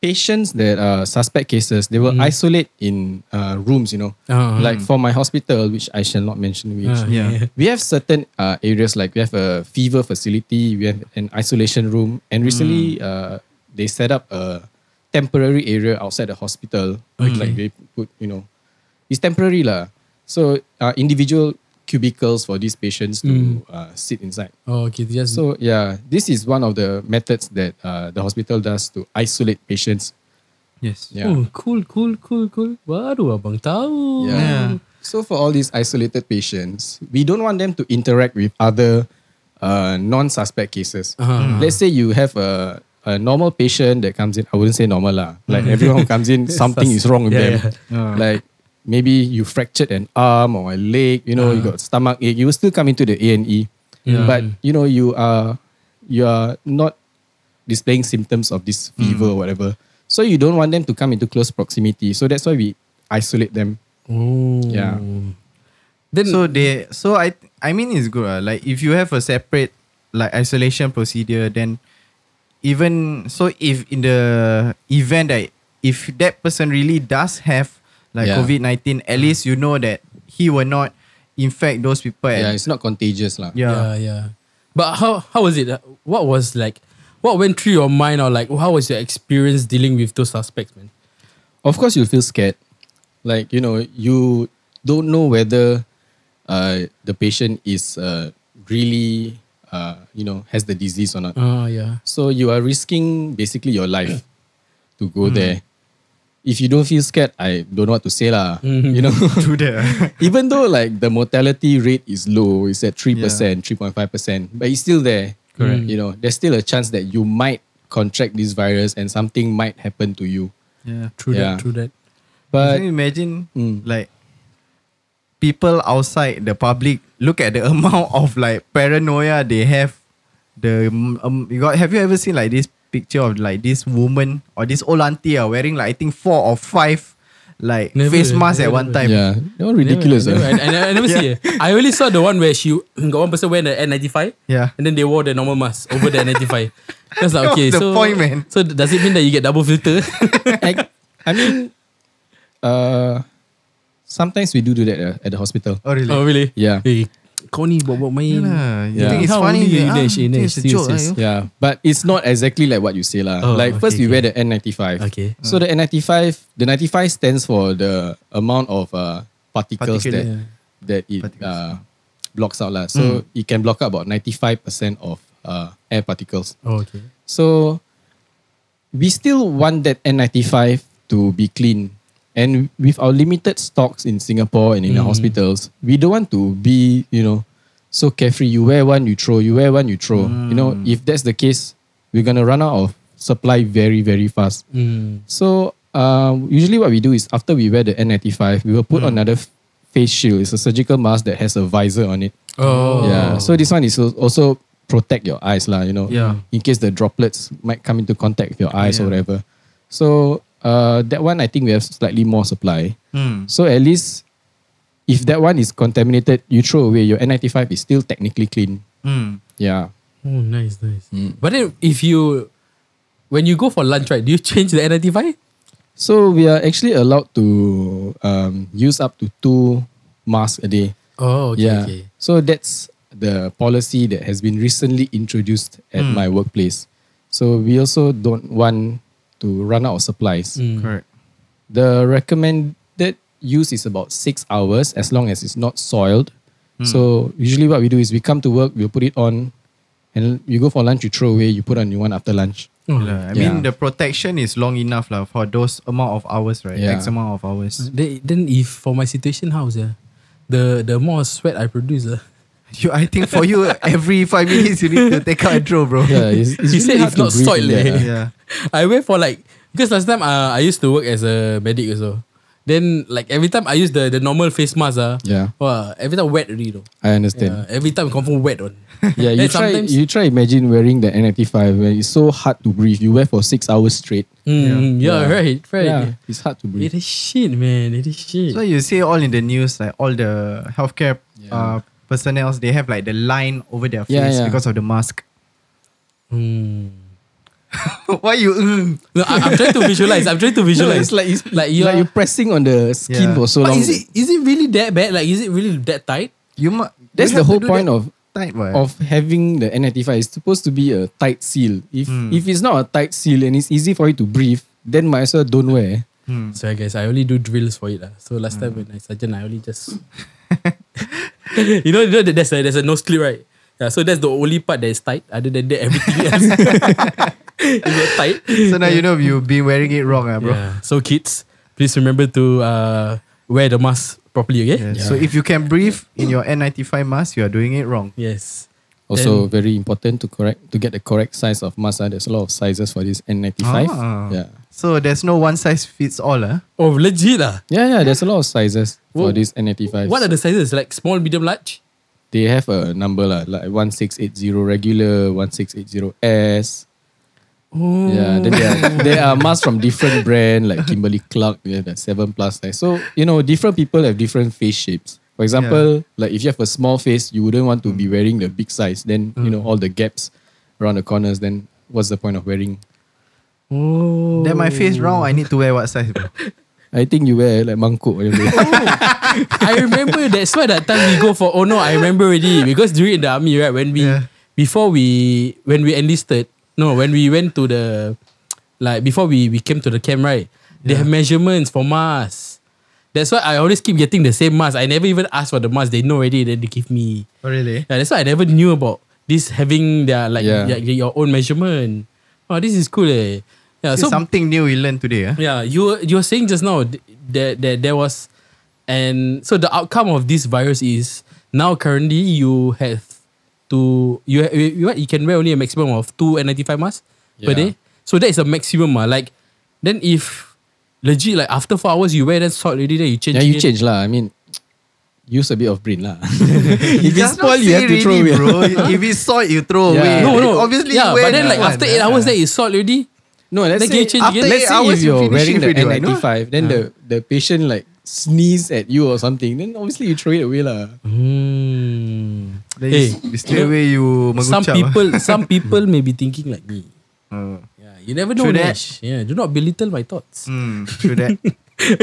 [SPEAKER 2] patients that are suspect cases, they will
[SPEAKER 4] Hmm.
[SPEAKER 2] isolate in uh, rooms. You know,
[SPEAKER 4] Ah,
[SPEAKER 2] like for my hospital, which I shall not mention which.
[SPEAKER 4] ah,
[SPEAKER 5] yeah.
[SPEAKER 2] We have certain uh, areas like we have a fever facility, we have an isolation room, and recently uh, they set up a temporary area outside the hospital. Like they put, you know, it's temporary lah. So uh, individual cubicles for these patients to uh, sit inside.
[SPEAKER 4] Oh, okay. they Just
[SPEAKER 2] So yeah, this is one of the methods that uh, the hospital does to isolate patients.
[SPEAKER 5] Yes.
[SPEAKER 2] Yeah.
[SPEAKER 4] Oh, cool, cool, cool, cool. Baru abang tahu.
[SPEAKER 2] Yeah.
[SPEAKER 5] Yeah.
[SPEAKER 2] So for all these isolated patients, we don't want them to interact with other uh, non-suspect cases.
[SPEAKER 4] Uh-huh.
[SPEAKER 2] Let's say you have a, a normal patient that comes in. I wouldn't say normal lah. Like everyone who comes in, something is wrong with
[SPEAKER 4] Mm-hmm. Yeah,
[SPEAKER 2] them.
[SPEAKER 4] yeah.
[SPEAKER 2] Like maybe you fractured an arm or a leg. You know, you
[SPEAKER 4] Uh-huh.
[SPEAKER 2] got stomach ache. You will still come into the A and E, but you know you are you are not displaying symptoms of this fever
[SPEAKER 4] Mm.
[SPEAKER 2] or whatever. So you don't want them to come into close proximity. So that's why we isolate them.
[SPEAKER 4] Oh.
[SPEAKER 2] Yeah.
[SPEAKER 4] Then
[SPEAKER 5] So they so I I mean it's good. ah. Like if you have a separate like isolation procedure, then even so if in the event that if that person really does have like
[SPEAKER 2] Yeah.
[SPEAKER 5] COVID-19 at least you know that he will not infect those people
[SPEAKER 2] Yeah,
[SPEAKER 5] and,
[SPEAKER 2] it's not contagious lah.
[SPEAKER 5] yeah.
[SPEAKER 4] yeah, yeah. But how how was it? What was like? What went through your mind, or like, how was your experience dealing with those suspects, man?
[SPEAKER 2] of course you'll feel scared like you know you don't know whether uh, the patient is uh, really uh, you know has the disease or not
[SPEAKER 4] Oh
[SPEAKER 5] Uh.
[SPEAKER 4] yeah,
[SPEAKER 2] so you are risking basically your life
[SPEAKER 5] Mm.
[SPEAKER 2] to go there if you don't feel scared i don't know what to say lah
[SPEAKER 5] Mm-hmm.
[SPEAKER 2] you know
[SPEAKER 5] to the
[SPEAKER 2] even though like the mortality rate is low it's at 3% 3.5% but it's still there correct you know there's still a chance that you might contract this virus and something might happen to you
[SPEAKER 5] yeah
[SPEAKER 4] true
[SPEAKER 2] Yeah.
[SPEAKER 4] that, true that.
[SPEAKER 2] but
[SPEAKER 5] Can you imagine
[SPEAKER 2] Mm.
[SPEAKER 5] like people outside the public look at the amount of like paranoia they have? The mm, um, you got have you ever seen like this picture of like this woman or this old auntie are wearing like I think four or five like
[SPEAKER 4] Never,
[SPEAKER 5] face masks at
[SPEAKER 4] never,
[SPEAKER 5] one
[SPEAKER 4] never.
[SPEAKER 5] time.
[SPEAKER 2] Yeah, that one ridiculous.
[SPEAKER 5] eh?
[SPEAKER 4] Never, I never,
[SPEAKER 2] ah.
[SPEAKER 4] I, I- I never see it. I only saw the one where she hmm, got one person wearing the N95,
[SPEAKER 5] Yeah.
[SPEAKER 4] and then they wore the normal mask over the N95. That's like
[SPEAKER 5] That was
[SPEAKER 4] okay.
[SPEAKER 5] the
[SPEAKER 4] so
[SPEAKER 5] point, man.
[SPEAKER 4] so does it mean that you get double filter?
[SPEAKER 2] I, I mean, uh, sometimes we do do that uh, at the hospital.
[SPEAKER 5] Oh really?
[SPEAKER 4] oh really?
[SPEAKER 2] Yeah,
[SPEAKER 4] Hey, Connie, what what main?
[SPEAKER 5] Yeah, you
[SPEAKER 2] Yeah.
[SPEAKER 5] think it's
[SPEAKER 4] How
[SPEAKER 5] funny?
[SPEAKER 4] only you
[SPEAKER 5] Ah,
[SPEAKER 4] Inesh,
[SPEAKER 5] think it's
[SPEAKER 4] Inesh,
[SPEAKER 5] a joke,
[SPEAKER 4] serious,
[SPEAKER 5] ah, you-
[SPEAKER 2] yeah, but it's not exactly like what you say lah.
[SPEAKER 4] Oh,
[SPEAKER 2] like first
[SPEAKER 4] okay,
[SPEAKER 2] we
[SPEAKER 4] okay.
[SPEAKER 2] wear the N95.
[SPEAKER 4] Okay.
[SPEAKER 2] So the N95, the 95 stands for the amount of uh, particles
[SPEAKER 5] Particle,
[SPEAKER 2] that
[SPEAKER 5] yeah.
[SPEAKER 2] that it
[SPEAKER 5] Particles.
[SPEAKER 2] uh, blocks out lah. So it can block out about 95 percent of uh, air particles.
[SPEAKER 4] Oh okay.
[SPEAKER 2] So we still want that N95 to be clean. And with our limited stocks in Singapore and in our hospitals, we don't want to be, you know, so carefree. You wear one, you throw. You wear one, you throw. You know, if that's the case, we're going to run out of supply very, very fast.
[SPEAKER 4] Mm.
[SPEAKER 2] So um, usually what we do is after we wear the N95, we will put on another f- face shield. It's a surgical mask that has a visor on it.
[SPEAKER 4] Oh
[SPEAKER 2] Yeah. So this one is al- also protect your eyes, lah. You know,
[SPEAKER 5] Yeah.
[SPEAKER 2] in case the droplets might come into contact with your eyes or
[SPEAKER 5] Yeah.
[SPEAKER 2] whatever. So uh, that one, I think we have slightly more supply.
[SPEAKER 5] Hmm.
[SPEAKER 2] So at least if that one is contaminated, you throw away your N95 is still technically clean.
[SPEAKER 5] Hmm.
[SPEAKER 2] Yeah.
[SPEAKER 4] Oh, nice, nice. But then if you, when you go for lunch, right, do you change the N95?
[SPEAKER 2] So we are actually allowed to um, use up to two masks a day.
[SPEAKER 4] Oh, okay,
[SPEAKER 2] yeah.
[SPEAKER 4] okay.
[SPEAKER 2] So that's the policy that has been recently introduced at my workplace. So we also don't want to run out of supplies.
[SPEAKER 5] Correct.
[SPEAKER 2] The recommended use is about six hours as long as it's not soiled. So usually what we do is we come to work, we'll put it on, and you go for lunch, you throw away, you put on new one after lunch.
[SPEAKER 4] Oh,
[SPEAKER 5] Yeah, I
[SPEAKER 2] Yeah.
[SPEAKER 5] mean the protection is long enough lah for those amount of hours, right?
[SPEAKER 2] Yeah.
[SPEAKER 5] X amount of hours.
[SPEAKER 4] Then, then if for my situation, how's yeah? The the more sweat I produce, uh,
[SPEAKER 5] You, I think for you every five minutes you need to take out a draw, bro.
[SPEAKER 2] Yeah, it's, it's
[SPEAKER 4] You
[SPEAKER 2] really
[SPEAKER 4] said
[SPEAKER 2] hard
[SPEAKER 4] it's
[SPEAKER 2] to
[SPEAKER 4] not
[SPEAKER 2] breathe in
[SPEAKER 4] soiled,
[SPEAKER 2] there,
[SPEAKER 4] eh?
[SPEAKER 2] lah.
[SPEAKER 5] yeah.
[SPEAKER 4] I wear for like because last time uh, I used to work as a medic also. Then like every time I use the, the normal face mask, uh,
[SPEAKER 2] Yeah.
[SPEAKER 4] wow, every time wet already though.
[SPEAKER 2] I understand.
[SPEAKER 4] Yeah, every time confirm wet on.
[SPEAKER 2] Yeah,
[SPEAKER 4] Then
[SPEAKER 2] you try
[SPEAKER 4] sometimes-
[SPEAKER 2] you try imagine wearing the N95 when it's so hard to breathe. You wear for six hours straight.
[SPEAKER 4] Mm, yeah,
[SPEAKER 2] Yeah.
[SPEAKER 4] right, right.
[SPEAKER 2] Yeah, it's hard to
[SPEAKER 4] It
[SPEAKER 2] breathe.
[SPEAKER 4] is shit, man. It is shit.
[SPEAKER 5] So you see all in the news, like all the healthcare uh, personnel, they have like the line over their face
[SPEAKER 2] Yeah, yeah.
[SPEAKER 5] because of the mask.
[SPEAKER 4] Mm.
[SPEAKER 5] Why you? mm?
[SPEAKER 4] No, I, I'm trying to visualize. I'm trying to
[SPEAKER 2] No,
[SPEAKER 4] visualize.
[SPEAKER 2] it's like it's
[SPEAKER 4] like
[SPEAKER 2] like
[SPEAKER 4] you're-
[SPEAKER 2] you're, pressing on the skin
[SPEAKER 5] Yeah.
[SPEAKER 2] for so
[SPEAKER 4] but
[SPEAKER 2] long.
[SPEAKER 4] is it is it really that bad? Like, is it really that tight?
[SPEAKER 5] You mu-
[SPEAKER 2] That's the whole point of
[SPEAKER 5] tight, what?
[SPEAKER 2] of having the N95. It's supposed to be a tight seal. If if it's not a tight seal and it's easy for you to breathe, then might as well don't wear.
[SPEAKER 4] So I guess I only do drills for it. lah. So last time when I sergeant, I only just you know, you know that there's a there's a nose clip, right? Yeah, so that's the only part that is tight. Other than that, everything else is not tight.
[SPEAKER 5] so now you know you've been wearing it wrong, ah, bro.
[SPEAKER 4] Yeah. So kids, please remember to uh, wear the mask properly, okay?
[SPEAKER 5] Yeah. So if you can breathe in your N95 mask, you are doing it wrong.
[SPEAKER 4] Yes.
[SPEAKER 2] Also very important to correct to get the correct size of mask. ah. There's a lot of sizes for this N95.
[SPEAKER 5] Ah.
[SPEAKER 2] Yeah.
[SPEAKER 5] So there's no one size fits all, ah.
[SPEAKER 4] Oh legit lah.
[SPEAKER 2] Yeah, yeah, there's a lot of sizes for
[SPEAKER 4] Wha-
[SPEAKER 2] this N85.
[SPEAKER 4] What are the sizes? Like small, medium, large?
[SPEAKER 2] they have a number lah, like 1680 regular, 1680S.
[SPEAKER 4] Oh.
[SPEAKER 2] Yeah, then there are, there are masks from different brand like Kimberly Clark, they have that 7 plus size. So, you know, different people have different face shapes. For example, like if you have a small face, you wouldn't want to be wearing the big size. Then, you know, all the gaps around the corners, then what's the point of wearing?
[SPEAKER 4] Oh.
[SPEAKER 5] Then my face round, I need to wear what size, bro?
[SPEAKER 2] I think you wear like mangkuk. or something.
[SPEAKER 4] I remember that's why that time we go for oh no I remember already because during the army right when we
[SPEAKER 5] Yeah.
[SPEAKER 4] before we when we enlisted no when we went to the like before we we came to the camp right they have measurements for masks that's why I always keep getting the same mask I never even ask for the mask they know already then they give me
[SPEAKER 5] Oh, really?
[SPEAKER 4] yeah, that's why I never knew about this having their like
[SPEAKER 2] Yeah.
[SPEAKER 4] their- your own measurement oh this is cool eh yeah
[SPEAKER 5] This
[SPEAKER 4] so
[SPEAKER 5] is something new we learned today. Eh?
[SPEAKER 4] yeah, you were- you were saying just now th- that that there was, and so the outcome of this virus is now currently you have to you ha- you, you what, you can wear only a maximum of two N95 masks per day.
[SPEAKER 2] Yeah.
[SPEAKER 4] So that is a maximum. ah. Like then if legit like after four hours you wear that sort already then you change.
[SPEAKER 2] yeah,
[SPEAKER 4] again.
[SPEAKER 2] you change lah. I mean, use a bit of brain lah.
[SPEAKER 5] If
[SPEAKER 2] it's spoiled, you have to throw away.
[SPEAKER 5] bro. if it's soiled, you throw
[SPEAKER 2] Yeah.
[SPEAKER 5] away.
[SPEAKER 4] No, no.
[SPEAKER 5] Obviously,
[SPEAKER 4] yeah,
[SPEAKER 5] you
[SPEAKER 4] but
[SPEAKER 5] wear
[SPEAKER 4] then
[SPEAKER 5] that
[SPEAKER 4] like
[SPEAKER 5] one.
[SPEAKER 4] after eight hours, that is sort already.
[SPEAKER 2] No, let's
[SPEAKER 4] Then can
[SPEAKER 2] say
[SPEAKER 4] you change
[SPEAKER 5] after
[SPEAKER 4] again?
[SPEAKER 5] eight
[SPEAKER 2] let's say
[SPEAKER 5] hours
[SPEAKER 2] if
[SPEAKER 5] you
[SPEAKER 2] you're
[SPEAKER 5] finish
[SPEAKER 2] wearing
[SPEAKER 5] it
[SPEAKER 2] the
[SPEAKER 5] already, right? No?
[SPEAKER 2] N95, then the the patient like sneeze at you or something, then obviously you throw it away lah.
[SPEAKER 4] Hmm.
[SPEAKER 5] Then
[SPEAKER 4] Hey,
[SPEAKER 5] you, straight away you
[SPEAKER 4] Some
[SPEAKER 5] mengucap, ah.
[SPEAKER 4] people, some people may be thinking like me.
[SPEAKER 5] Uh,
[SPEAKER 4] Yeah, you never know.
[SPEAKER 5] True that.
[SPEAKER 4] Nash. Yeah, do not belittle my thoughts.
[SPEAKER 5] mm, true that.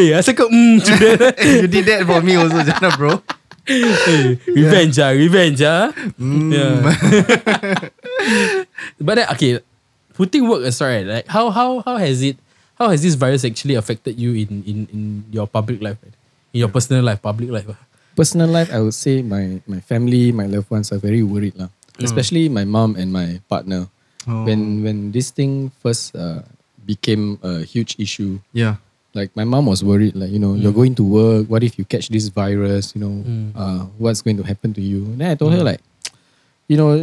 [SPEAKER 4] Eh, hey, asal kau mm, to that?
[SPEAKER 5] you did that for me also, Jana, bro.
[SPEAKER 4] Eh, revenge ah, revenge ah.
[SPEAKER 5] Mm.
[SPEAKER 4] Yeah. but then, okay, putting work aside, right, like how how how has it, how has this virus actually affected you in in in your public life, right? in your personal life, public life? ah?
[SPEAKER 2] Personal life, I would say my my family, my loved ones are very worried lah. Especially my mom and my partner.
[SPEAKER 5] Oh,
[SPEAKER 2] When when this thing first uh, became a huge issue,
[SPEAKER 5] Yeah.
[SPEAKER 2] like my mom was worried like you know you're going to work what if you catch this virus you know uh, what's going to happen to you then i told her like you know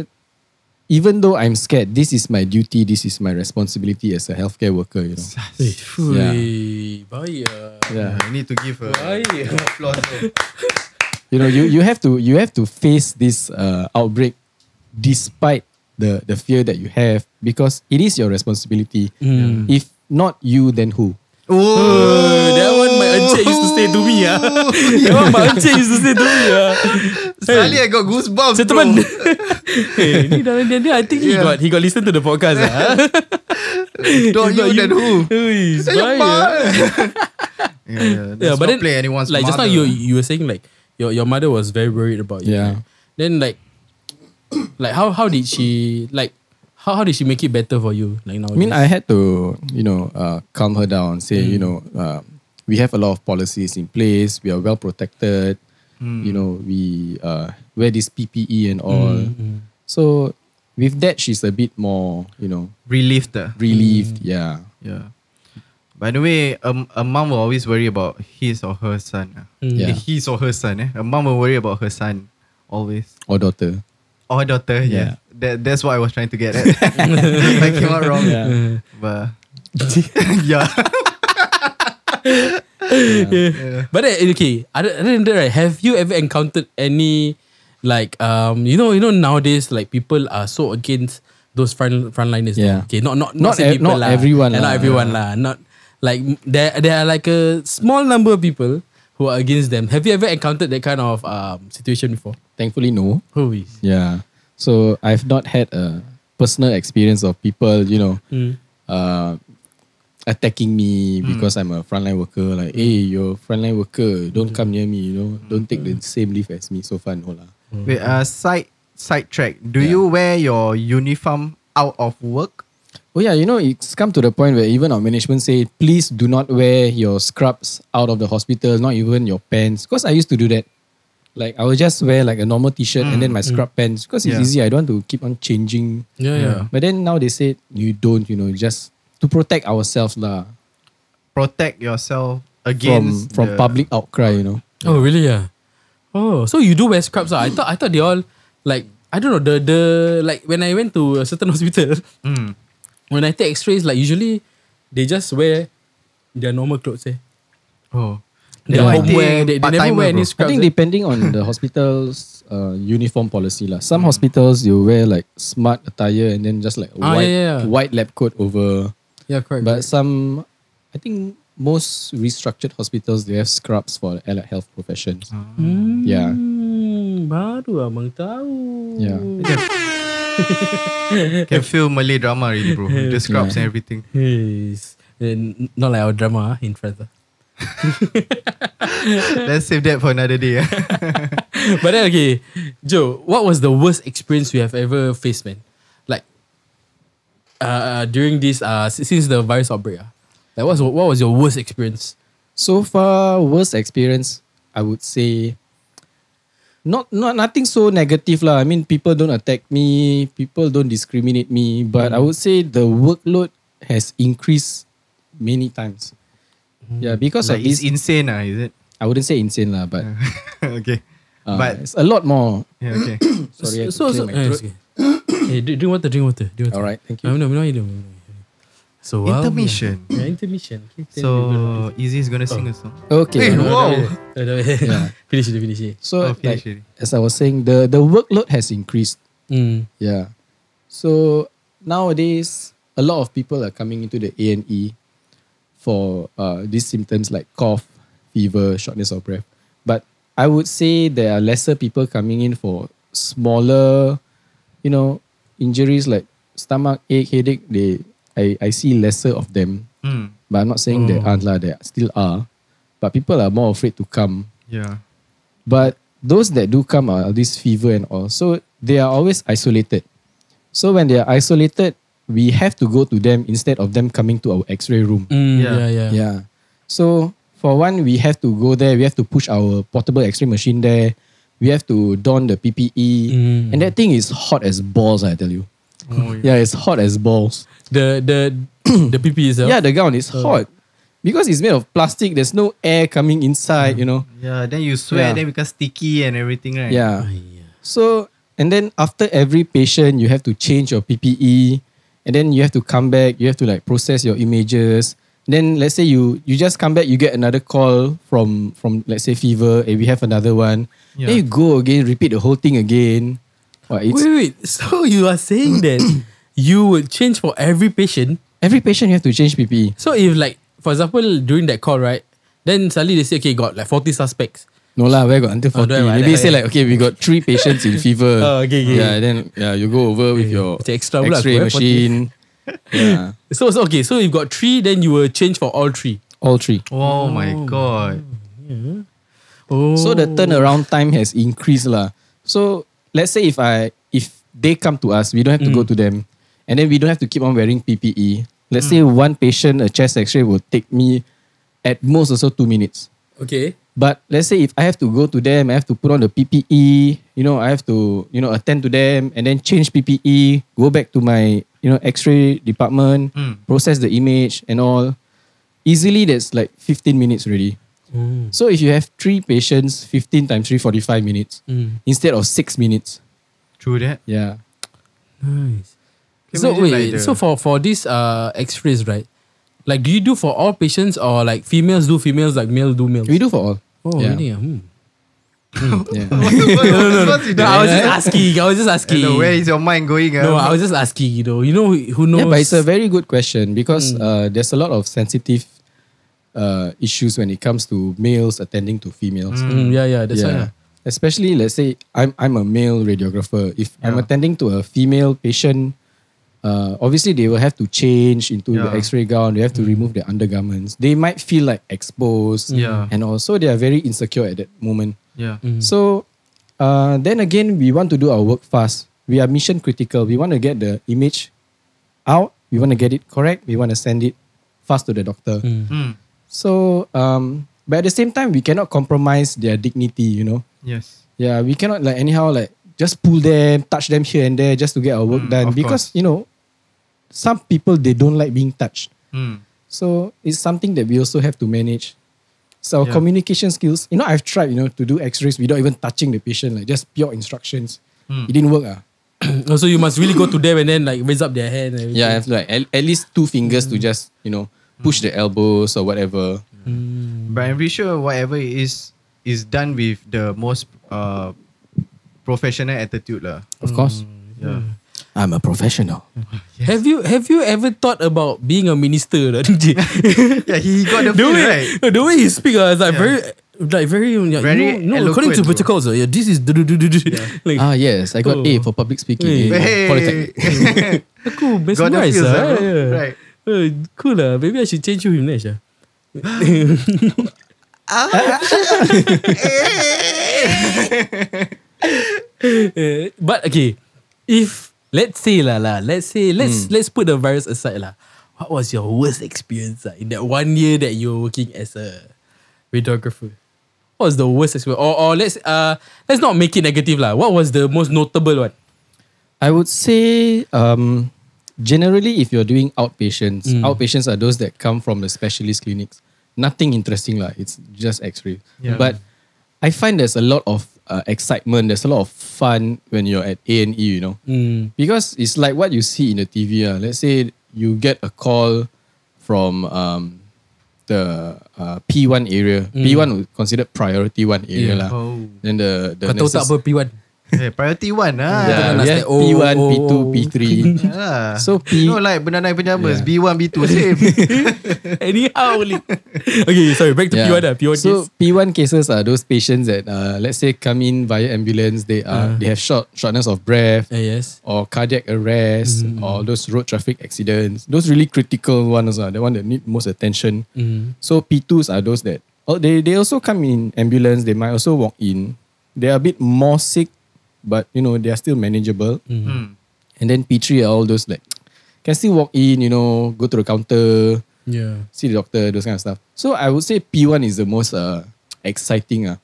[SPEAKER 2] even though i'm scared this is my duty this is my responsibility as a healthcare worker you know
[SPEAKER 4] Eh, fui,
[SPEAKER 5] Ya.
[SPEAKER 2] Yeah.
[SPEAKER 4] bahaya.
[SPEAKER 2] yeah
[SPEAKER 5] I need to give her
[SPEAKER 4] Bahaya.
[SPEAKER 5] applause. bro.
[SPEAKER 2] you know you, you have to you have to face this uh, outbreak despite the the fear that you have because it is your responsibility if not you then who
[SPEAKER 4] Oh, that one my encik used to say to me ah. that one my encik used to say to me ah.
[SPEAKER 5] Suddenly I got goosebumps.
[SPEAKER 4] Gentlemen.
[SPEAKER 5] bro. Ya.
[SPEAKER 4] hey, Eh, ni dah dia, dia I think he
[SPEAKER 5] Yeah.
[SPEAKER 4] got he got listen to the podcast ah. It's
[SPEAKER 5] Don't
[SPEAKER 4] not
[SPEAKER 5] you, then who? Eh,
[SPEAKER 4] Ui,
[SPEAKER 5] It's not your
[SPEAKER 4] bahaya.
[SPEAKER 5] part. yeah, yeah. Let's
[SPEAKER 4] Yeah, but
[SPEAKER 5] not
[SPEAKER 4] then
[SPEAKER 5] play anyone's
[SPEAKER 4] like just now
[SPEAKER 5] mother.
[SPEAKER 4] you you were saying like your your mother was very worried about you.
[SPEAKER 2] Yeah.
[SPEAKER 4] right? Then like like how how did she like how how did she make it better for you like now?
[SPEAKER 2] I mean, I had to, you know, uh, calm her down. Say, you know, uh, we have a lot of policies in place. We are well protected. You know, we uh, wear this PPE and
[SPEAKER 4] Mm-hmm.
[SPEAKER 2] all.
[SPEAKER 4] Mm.
[SPEAKER 2] So with that, she's a bit more, you know,
[SPEAKER 5] relieved. ah.
[SPEAKER 2] relieved. Yeah,
[SPEAKER 5] Yeah. By the way, um, a mom will always worry about his or her son. ah.
[SPEAKER 4] Mm.
[SPEAKER 2] Yeah.
[SPEAKER 5] His or her son. Eh? A mom will worry about her son always.
[SPEAKER 2] or daughter.
[SPEAKER 5] Or daughter, yeah.
[SPEAKER 2] Yeah.
[SPEAKER 5] That, that's what I was trying to get at. I came out wrong.
[SPEAKER 2] Yeah.
[SPEAKER 5] But yeah.
[SPEAKER 4] But then, eh, okay, other, other than that, right, have you ever encountered any like um you know you know nowadays like people are so against those front frontliners.
[SPEAKER 2] Yeah.
[SPEAKER 4] Okay, not not
[SPEAKER 2] Not
[SPEAKER 4] not, say
[SPEAKER 2] ev-
[SPEAKER 4] people
[SPEAKER 2] not
[SPEAKER 4] lah.
[SPEAKER 2] everyone
[SPEAKER 4] Yeah, Not
[SPEAKER 2] lah.
[SPEAKER 4] everyone lah. Not like m- there there are like a small number of people who are against them. Have you ever encountered that kind of um situation before?
[SPEAKER 2] Thankfully, no.
[SPEAKER 4] Who is?
[SPEAKER 2] Yeah. So I've not had a personal experience of people, you know,
[SPEAKER 4] Mm.
[SPEAKER 2] uh, attacking me because I'm a frontline worker. Like, hey, you're a frontline worker. Don't come near me. You know, don't take the
[SPEAKER 5] Mm-hmm.
[SPEAKER 2] same leave as me. So far, no lah.
[SPEAKER 5] Wait, uh, side sidetrack. Do you wear your uniform out of work?
[SPEAKER 2] Oh yeah, you know, it's come to the point where even our management say, please do not wear your scrubs out of the hospital. Not even your pants. Because I used to do that. Like I would just wear like a normal T-shirt and then my scrub pants because it's
[SPEAKER 5] Mm-hmm. Yeah.
[SPEAKER 2] easy. I don't want to keep on changing.
[SPEAKER 4] Yeah, yeah.
[SPEAKER 2] But then now they say you don't. You know, just to protect ourselves lah
[SPEAKER 5] Protect yourself
[SPEAKER 2] from
[SPEAKER 5] against
[SPEAKER 2] from
[SPEAKER 5] the-
[SPEAKER 2] public outcry. You know.
[SPEAKER 4] Oh really? Yeah. Oh, so you do wear scrubs? Ah? I thought I thought they all like I don't know the the like when I went to a certain hospital,
[SPEAKER 5] Mm.
[SPEAKER 4] when I take X-rays, like usually they just wear their normal clothes. Eh.
[SPEAKER 5] Oh.
[SPEAKER 4] Their
[SPEAKER 5] No,
[SPEAKER 4] homeware,
[SPEAKER 5] I think
[SPEAKER 4] they, they never
[SPEAKER 5] part-timer,
[SPEAKER 4] wear any
[SPEAKER 5] bro.
[SPEAKER 2] I
[SPEAKER 4] scrubs.
[SPEAKER 2] think
[SPEAKER 4] eh.
[SPEAKER 2] depending on the hospital's uh, uniform policy lah. Some hospitals you wear like smart attire and then just like a
[SPEAKER 4] Hmm. Ah,
[SPEAKER 2] white
[SPEAKER 4] yeah, yeah.
[SPEAKER 2] white lab coat over.
[SPEAKER 4] yeah, correct.
[SPEAKER 2] But some, I think most restructured hospitals they have scrubs for the allied health
[SPEAKER 4] Ah.
[SPEAKER 2] professions. Yeah.
[SPEAKER 4] Hmm, baru abang tahu.
[SPEAKER 2] Yeah.
[SPEAKER 5] Can feel Malay drama already, bro. The scrubs and everything.
[SPEAKER 4] Yes. And not like our drama ah, in France. ah.
[SPEAKER 5] Let's save that for another day. eh.
[SPEAKER 4] but then okay, Joe, what was the worst experience you have ever faced, man? Like, uh, during this uh, si- since the virus outbreak, ah, like what's what was your worst experience?
[SPEAKER 2] So far, worst experience, I would say not not nothing so negative lah. I mean, people don't attack me, people don't discriminate me, but I would say the workload has increased many times. Yeah, because
[SPEAKER 5] Mm-hmm. like
[SPEAKER 2] of this,
[SPEAKER 5] it's insane, ah, is it?
[SPEAKER 2] I wouldn't say insane lah, but
[SPEAKER 5] okay.
[SPEAKER 2] uh,
[SPEAKER 5] but
[SPEAKER 2] it's a lot more.
[SPEAKER 5] yeah, okay.
[SPEAKER 2] Sorry, I have to
[SPEAKER 4] so,
[SPEAKER 2] clear
[SPEAKER 4] so,
[SPEAKER 2] my
[SPEAKER 4] eh,
[SPEAKER 2] throat.
[SPEAKER 4] it's okay. hey, drink drink water, drink water, drink water.
[SPEAKER 2] All right, thank
[SPEAKER 4] No,
[SPEAKER 2] you.
[SPEAKER 4] no, no, you don't. So while we are-
[SPEAKER 5] Intermission.
[SPEAKER 4] Yeah, intermission. Okay, then we go
[SPEAKER 5] So
[SPEAKER 4] to-
[SPEAKER 5] Izzy is gonna sing
[SPEAKER 4] Oh.
[SPEAKER 5] a song.
[SPEAKER 2] Okay.
[SPEAKER 5] Hey,
[SPEAKER 4] No, no,
[SPEAKER 5] wow.
[SPEAKER 4] no, no, no. Finish it, finish it.
[SPEAKER 2] So
[SPEAKER 5] Oh, finish
[SPEAKER 2] like,
[SPEAKER 5] already.
[SPEAKER 2] as I was saying, the the workload has increased.
[SPEAKER 4] Mm.
[SPEAKER 2] Yeah. So nowadays, a lot of people are coming into the A and E for uh, these symptoms like cough, fever, shortness of breath. But I would say there are lesser people coming in for smaller, you know, injuries like stomach ache, headache. They I, I see lesser of them.
[SPEAKER 5] Mm,
[SPEAKER 2] But I'm not saying there aren't lah. There still are, but people are more afraid to come
[SPEAKER 5] yeah.
[SPEAKER 2] but those that do come are this fever and all. So they are always isolated. So when they are isolated, we have to go to them instead of them coming to our x-ray room.
[SPEAKER 4] Mm,
[SPEAKER 5] Yeah.
[SPEAKER 4] yeah, yeah.
[SPEAKER 2] Yeah. So for one, we have to go there. We have to push our portable x-ray machine there. We have to don the PPE.
[SPEAKER 4] Mm.
[SPEAKER 2] And that thing is hot as balls, I tell you.
[SPEAKER 5] Oh, yeah.
[SPEAKER 2] Yeah, it's hot as balls.
[SPEAKER 4] The the the PP is
[SPEAKER 2] Yeah, the gown is hot. Because it's made of plastic, there's no air coming inside, you know.
[SPEAKER 5] Yeah, then you sweat,
[SPEAKER 2] Yeah.
[SPEAKER 5] then become sticky and everything, right?
[SPEAKER 2] Yeah.
[SPEAKER 4] Ah, yeah.
[SPEAKER 2] So, and then after every patient, you have to change your PPE, and then you have to come back. You have to like process your images. Then let's say you you just come back, you get another call from from let's say fever, and we have another one. Then
[SPEAKER 5] Yeah.
[SPEAKER 2] you go again, repeat the whole thing again. Wow, it's,
[SPEAKER 4] wait, wait. So you are saying that you would change for every patient.
[SPEAKER 2] every patient you have to change E. PPE.
[SPEAKER 4] So if like, for example, during that call, right? Then suddenly they say, okay, got like 40 suspects.
[SPEAKER 2] No lah, where got until
[SPEAKER 4] Oh,
[SPEAKER 2] forty?
[SPEAKER 4] don't have
[SPEAKER 2] Maybe
[SPEAKER 4] like
[SPEAKER 2] say
[SPEAKER 4] that.
[SPEAKER 2] like okay, we got three patients in fever.
[SPEAKER 4] Oh, okay, okay.
[SPEAKER 2] Yeah, then yeah, you go over with your
[SPEAKER 4] Macam extra pula
[SPEAKER 2] X-ray
[SPEAKER 4] aku, eh, 40.
[SPEAKER 2] machine. yeah,
[SPEAKER 4] So, so okay, so you've got three, then you will change for all three.
[SPEAKER 2] all three.
[SPEAKER 5] Oh, my god.
[SPEAKER 4] Oh.
[SPEAKER 2] So the turnaround time has increased lah. So let's say if I if they come to us, we don't have to go to them, and then we don't have to keep on wearing PPE. Let's say one patient a chest X-ray will take me at most also two minutes.
[SPEAKER 4] Okay.
[SPEAKER 2] But let's say if I have to go to them, I have to put on the PPE. You know, I have to you know attend to them and then change PPE, go back to my you know X-ray department,
[SPEAKER 5] Hmm.
[SPEAKER 2] process the image and all. Easily, that's like fifteen minutes already.
[SPEAKER 4] Oh.
[SPEAKER 2] So if you have three patients, 15 times 3, 45 minutes
[SPEAKER 4] Mm.
[SPEAKER 2] instead of six minutes.
[SPEAKER 5] True that.
[SPEAKER 2] Yeah.
[SPEAKER 4] Nice.
[SPEAKER 5] Can
[SPEAKER 4] So
[SPEAKER 5] imagine
[SPEAKER 4] wait,
[SPEAKER 5] like
[SPEAKER 4] wait,
[SPEAKER 5] the-
[SPEAKER 4] so for for this uh X-rays, right? Like, do you do for all patients or like females do females, like male do males?
[SPEAKER 2] We do for all.
[SPEAKER 4] Oh,
[SPEAKER 2] yeah.
[SPEAKER 4] really? ah? Hmm.
[SPEAKER 2] Yeah.
[SPEAKER 4] No, I was just asking. I was just asking.
[SPEAKER 5] No, where is your mind going?
[SPEAKER 4] No, I
[SPEAKER 5] ah?
[SPEAKER 4] was just asking. You know, you know who who knows. Mm.
[SPEAKER 2] yeah, but it's a very good question because uh, there's a lot of sensitive uh, issues when it comes to males attending to females.
[SPEAKER 4] Mm, yeah, yeah. That's
[SPEAKER 2] Yeah.
[SPEAKER 4] yeah.
[SPEAKER 2] Especially, let's say I'm, I'm a male radiographer. If I'm attending to a female patient, uh, obviously they will have to change into the
[SPEAKER 5] Yeah.
[SPEAKER 2] x-ray gown. They have to remove their undergarments. They might feel like exposed.
[SPEAKER 5] Yeah.
[SPEAKER 2] And also they are very insecure at that moment.
[SPEAKER 5] yeah.
[SPEAKER 4] Mm.
[SPEAKER 2] So uh, then again, we want to do our work fast. We are mission critical. We want to get the image out. We want to get it correct. We want to send it fast to the doctor.
[SPEAKER 5] Mm,
[SPEAKER 2] So, um, but at the same time, we cannot compromise their dignity. You know,
[SPEAKER 5] yes.
[SPEAKER 2] yeah, we cannot like anyhow like just pull them, touch them here and there just to get our work
[SPEAKER 5] Mm,
[SPEAKER 2] done
[SPEAKER 5] of
[SPEAKER 2] because
[SPEAKER 5] course.
[SPEAKER 2] you know, some people they don't like being touched.
[SPEAKER 5] Mm,
[SPEAKER 2] So it's something that we also have to manage. So our
[SPEAKER 5] Yeah.
[SPEAKER 2] communication skills, you know, I've tried, you know, to do x-rays without even touching the patient, like just pure instructions.
[SPEAKER 5] Hmm.
[SPEAKER 2] It didn't work. Ah.
[SPEAKER 4] it. Oh, so you must really go to them and then like raise up their hand. And
[SPEAKER 2] Yeah,
[SPEAKER 4] everything.
[SPEAKER 2] I have like at, at least two fingers to just, you know, push the elbows or whatever.
[SPEAKER 4] Mm.
[SPEAKER 5] But I'm pretty sure whatever it is is done with the most uh, professional attitude lah. Hmm.
[SPEAKER 2] Of course.
[SPEAKER 5] Yeah.
[SPEAKER 2] I'm a professional.
[SPEAKER 4] Have you have you ever thought about being a minister? lah, DJ?
[SPEAKER 5] yeah, he got the
[SPEAKER 4] the
[SPEAKER 5] feel
[SPEAKER 4] way
[SPEAKER 5] right.
[SPEAKER 4] the way he speak uh, is like very like very, yeah,
[SPEAKER 5] Very
[SPEAKER 4] you know, no, according to
[SPEAKER 5] eloquent, bro.
[SPEAKER 4] protocols, uh, yeah, this is do do do do do. Like,
[SPEAKER 2] Ah yes, I got A
[SPEAKER 4] Oh.
[SPEAKER 2] for public
[SPEAKER 4] Hey.
[SPEAKER 2] speaking. A for
[SPEAKER 5] Hey.
[SPEAKER 2] Polytechnic.
[SPEAKER 4] cool, best
[SPEAKER 5] Got the
[SPEAKER 4] nice, ah,
[SPEAKER 5] feels, ah, bro.
[SPEAKER 4] yeah.
[SPEAKER 5] Right.
[SPEAKER 4] Uh, cool lah. Maybe I should change you with Nash. ah. Eh, but okay, if let's say lah lah, let's say let's
[SPEAKER 5] Hmm.
[SPEAKER 4] let's put the virus aside lah. What was your worst experience lah, in that one year that you were working as a videographer? What was the worst experience? Or, or let's uh let's not make it negative lah. What was the most notable one?
[SPEAKER 2] I would say um, generally if you're doing outpatients,
[SPEAKER 4] Mm.
[SPEAKER 2] outpatients are those that come from the specialist clinics. Nothing interesting lah. It's just X-ray.
[SPEAKER 5] Yeah.
[SPEAKER 2] But I find there's a lot of uh, excitement. There's a lot of fun when you're at A and E. You know,
[SPEAKER 4] Hmm.
[SPEAKER 2] because it's like what you see in the TV. ah. Let's say you get a call from um, the uh, P1 area.
[SPEAKER 4] Mm.
[SPEAKER 2] P1 would considered priority one area lah.
[SPEAKER 5] Oh.
[SPEAKER 2] Then the
[SPEAKER 4] Kau
[SPEAKER 2] the
[SPEAKER 4] tahu tak
[SPEAKER 2] nurses-
[SPEAKER 4] apa P1?
[SPEAKER 5] Hey, priority one ah. lah.
[SPEAKER 2] yeah,
[SPEAKER 4] Jangan ask
[SPEAKER 2] we have
[SPEAKER 4] like, oh,
[SPEAKER 2] P1,
[SPEAKER 4] oh,
[SPEAKER 2] P2,
[SPEAKER 4] oh.
[SPEAKER 2] P3.
[SPEAKER 5] Yeah.
[SPEAKER 2] So P-
[SPEAKER 5] no ah. like banana pajamas
[SPEAKER 2] Yeah.
[SPEAKER 5] B1 B2 same.
[SPEAKER 4] Anyhow only. Okay, sorry. Back to
[SPEAKER 2] Yeah.
[SPEAKER 4] P1 lah. P1
[SPEAKER 2] so
[SPEAKER 4] case.
[SPEAKER 2] P1 cases are those patients that uh, let's say come in via ambulance. They
[SPEAKER 4] Uh-huh.
[SPEAKER 2] are they have short shortness of breath
[SPEAKER 4] Ah, yes.
[SPEAKER 2] or cardiac arrest
[SPEAKER 4] Mm-hmm.
[SPEAKER 2] or those road traffic accidents. Those really critical ones are the one that need most attention. So P2s are those that oh, they they also come in ambulance. They might also walk in. They are a bit more sick, but you know they are still manageable.
[SPEAKER 5] Hmm.
[SPEAKER 2] And then P3 are all those like can still walk in. You know, go to the counter
[SPEAKER 4] Yeah.
[SPEAKER 2] see the doctor, those kind of stuff. So I would say P1 is the most uh, exciting. Uh.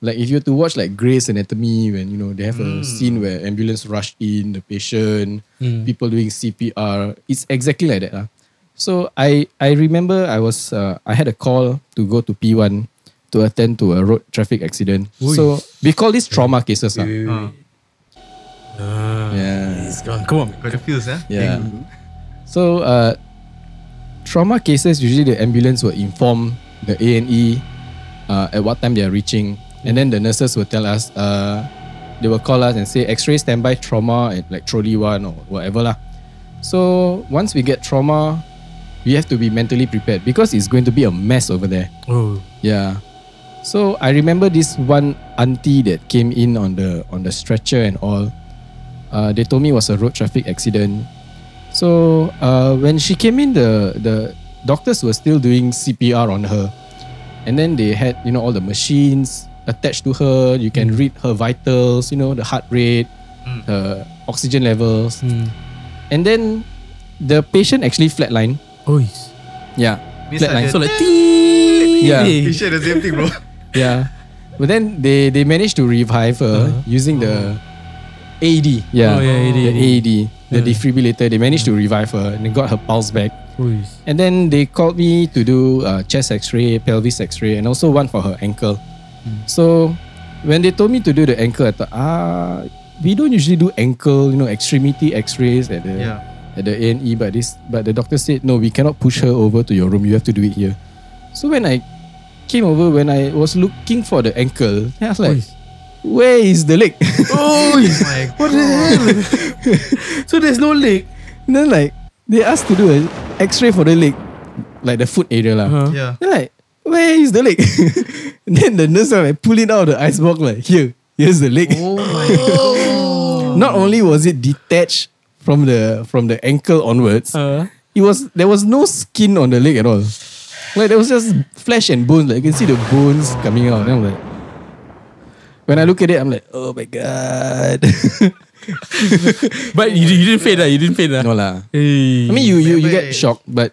[SPEAKER 2] Like if you were to watch like Grey's Anatomy when you know they have a scene where ambulance rush in the patient,
[SPEAKER 4] Hmm.
[SPEAKER 2] people doing CPR. It's exactly like that. Uh. So I I remember I was uh, I had a call to go to P1 to attend to a road traffic accident. So we call these trauma cases. ah.
[SPEAKER 5] Uh,
[SPEAKER 2] Yeah.
[SPEAKER 4] Ah, It's gone. Come on.
[SPEAKER 5] got the feels eh?
[SPEAKER 2] Yeah. So uh, trauma cases usually the ambulance will inform the A and E uh, at what time they are reaching, and then the nurses will tell us. Uh, they will call us and say X-ray standby trauma at like trolley one or whatever lah. So once we get trauma, we have to be mentally prepared because it's going to be a mess over there.
[SPEAKER 4] Oh.
[SPEAKER 2] Yeah. So I remember this one auntie that came in on the on the stretcher and all. Uh, they told me it was a road traffic accident. So uh, when she came in, the the doctors were still doing CPR on her, and then they had you know all the machines attached to her. You can read her vitals, you know the heart rate, her oxygen levels,
[SPEAKER 4] Mm.
[SPEAKER 2] and then the patient actually flatlined.
[SPEAKER 4] Oh. yes.
[SPEAKER 2] Yeah,
[SPEAKER 5] Means like
[SPEAKER 2] flatlined.
[SPEAKER 4] So like tee.
[SPEAKER 2] Yeah.
[SPEAKER 5] You share the same thing, bro.
[SPEAKER 2] Yeah. But then they they managed to revive her using the AED.
[SPEAKER 4] Oh,
[SPEAKER 2] Yeah.
[SPEAKER 4] yeah,
[SPEAKER 2] the
[SPEAKER 4] AED.
[SPEAKER 2] AED, the
[SPEAKER 4] Yeah.
[SPEAKER 2] defibrillator. They managed to revive her and they got her pulse back.
[SPEAKER 4] Oh. yes.
[SPEAKER 2] And then they called me to do uh, chest X-ray, pelvis X-ray, and also one for her ankle. So when they told me to do the ankle, I thought, ah, we don't usually do ankle, you know, extremity X-rays at the
[SPEAKER 5] Yeah.
[SPEAKER 2] at the A&E, but this but the doctor said no, we cannot push her over to your room. You have to do it here. So when I came over, when I was looking for the ankle, then I was like, where is the leg?
[SPEAKER 4] Oh. yes.
[SPEAKER 5] My
[SPEAKER 4] What the hell? so there's no leg.
[SPEAKER 2] then like they asked to do an X-ray for the leg, like the foot area lah.
[SPEAKER 4] Huh?
[SPEAKER 5] Yeah.
[SPEAKER 2] Then like, where is the leg? And then the nurse was like pull it out of the icebox, like here, here's the leg.
[SPEAKER 5] Oh my god.
[SPEAKER 4] Oh.
[SPEAKER 2] Not only was it detached from the from the ankle onwards,
[SPEAKER 4] Uh,
[SPEAKER 2] it was there was no skin on the leg at all. Like there was just flesh and bones. Like you can see the bones coming out. And I'm like, when I look at it, I'm like, oh my god.
[SPEAKER 4] but you, you didn't faint lah. You didn't faint lah.
[SPEAKER 2] no lah.
[SPEAKER 4] Hey.
[SPEAKER 2] I mean, you you, you
[SPEAKER 5] Never.
[SPEAKER 2] get shocked, but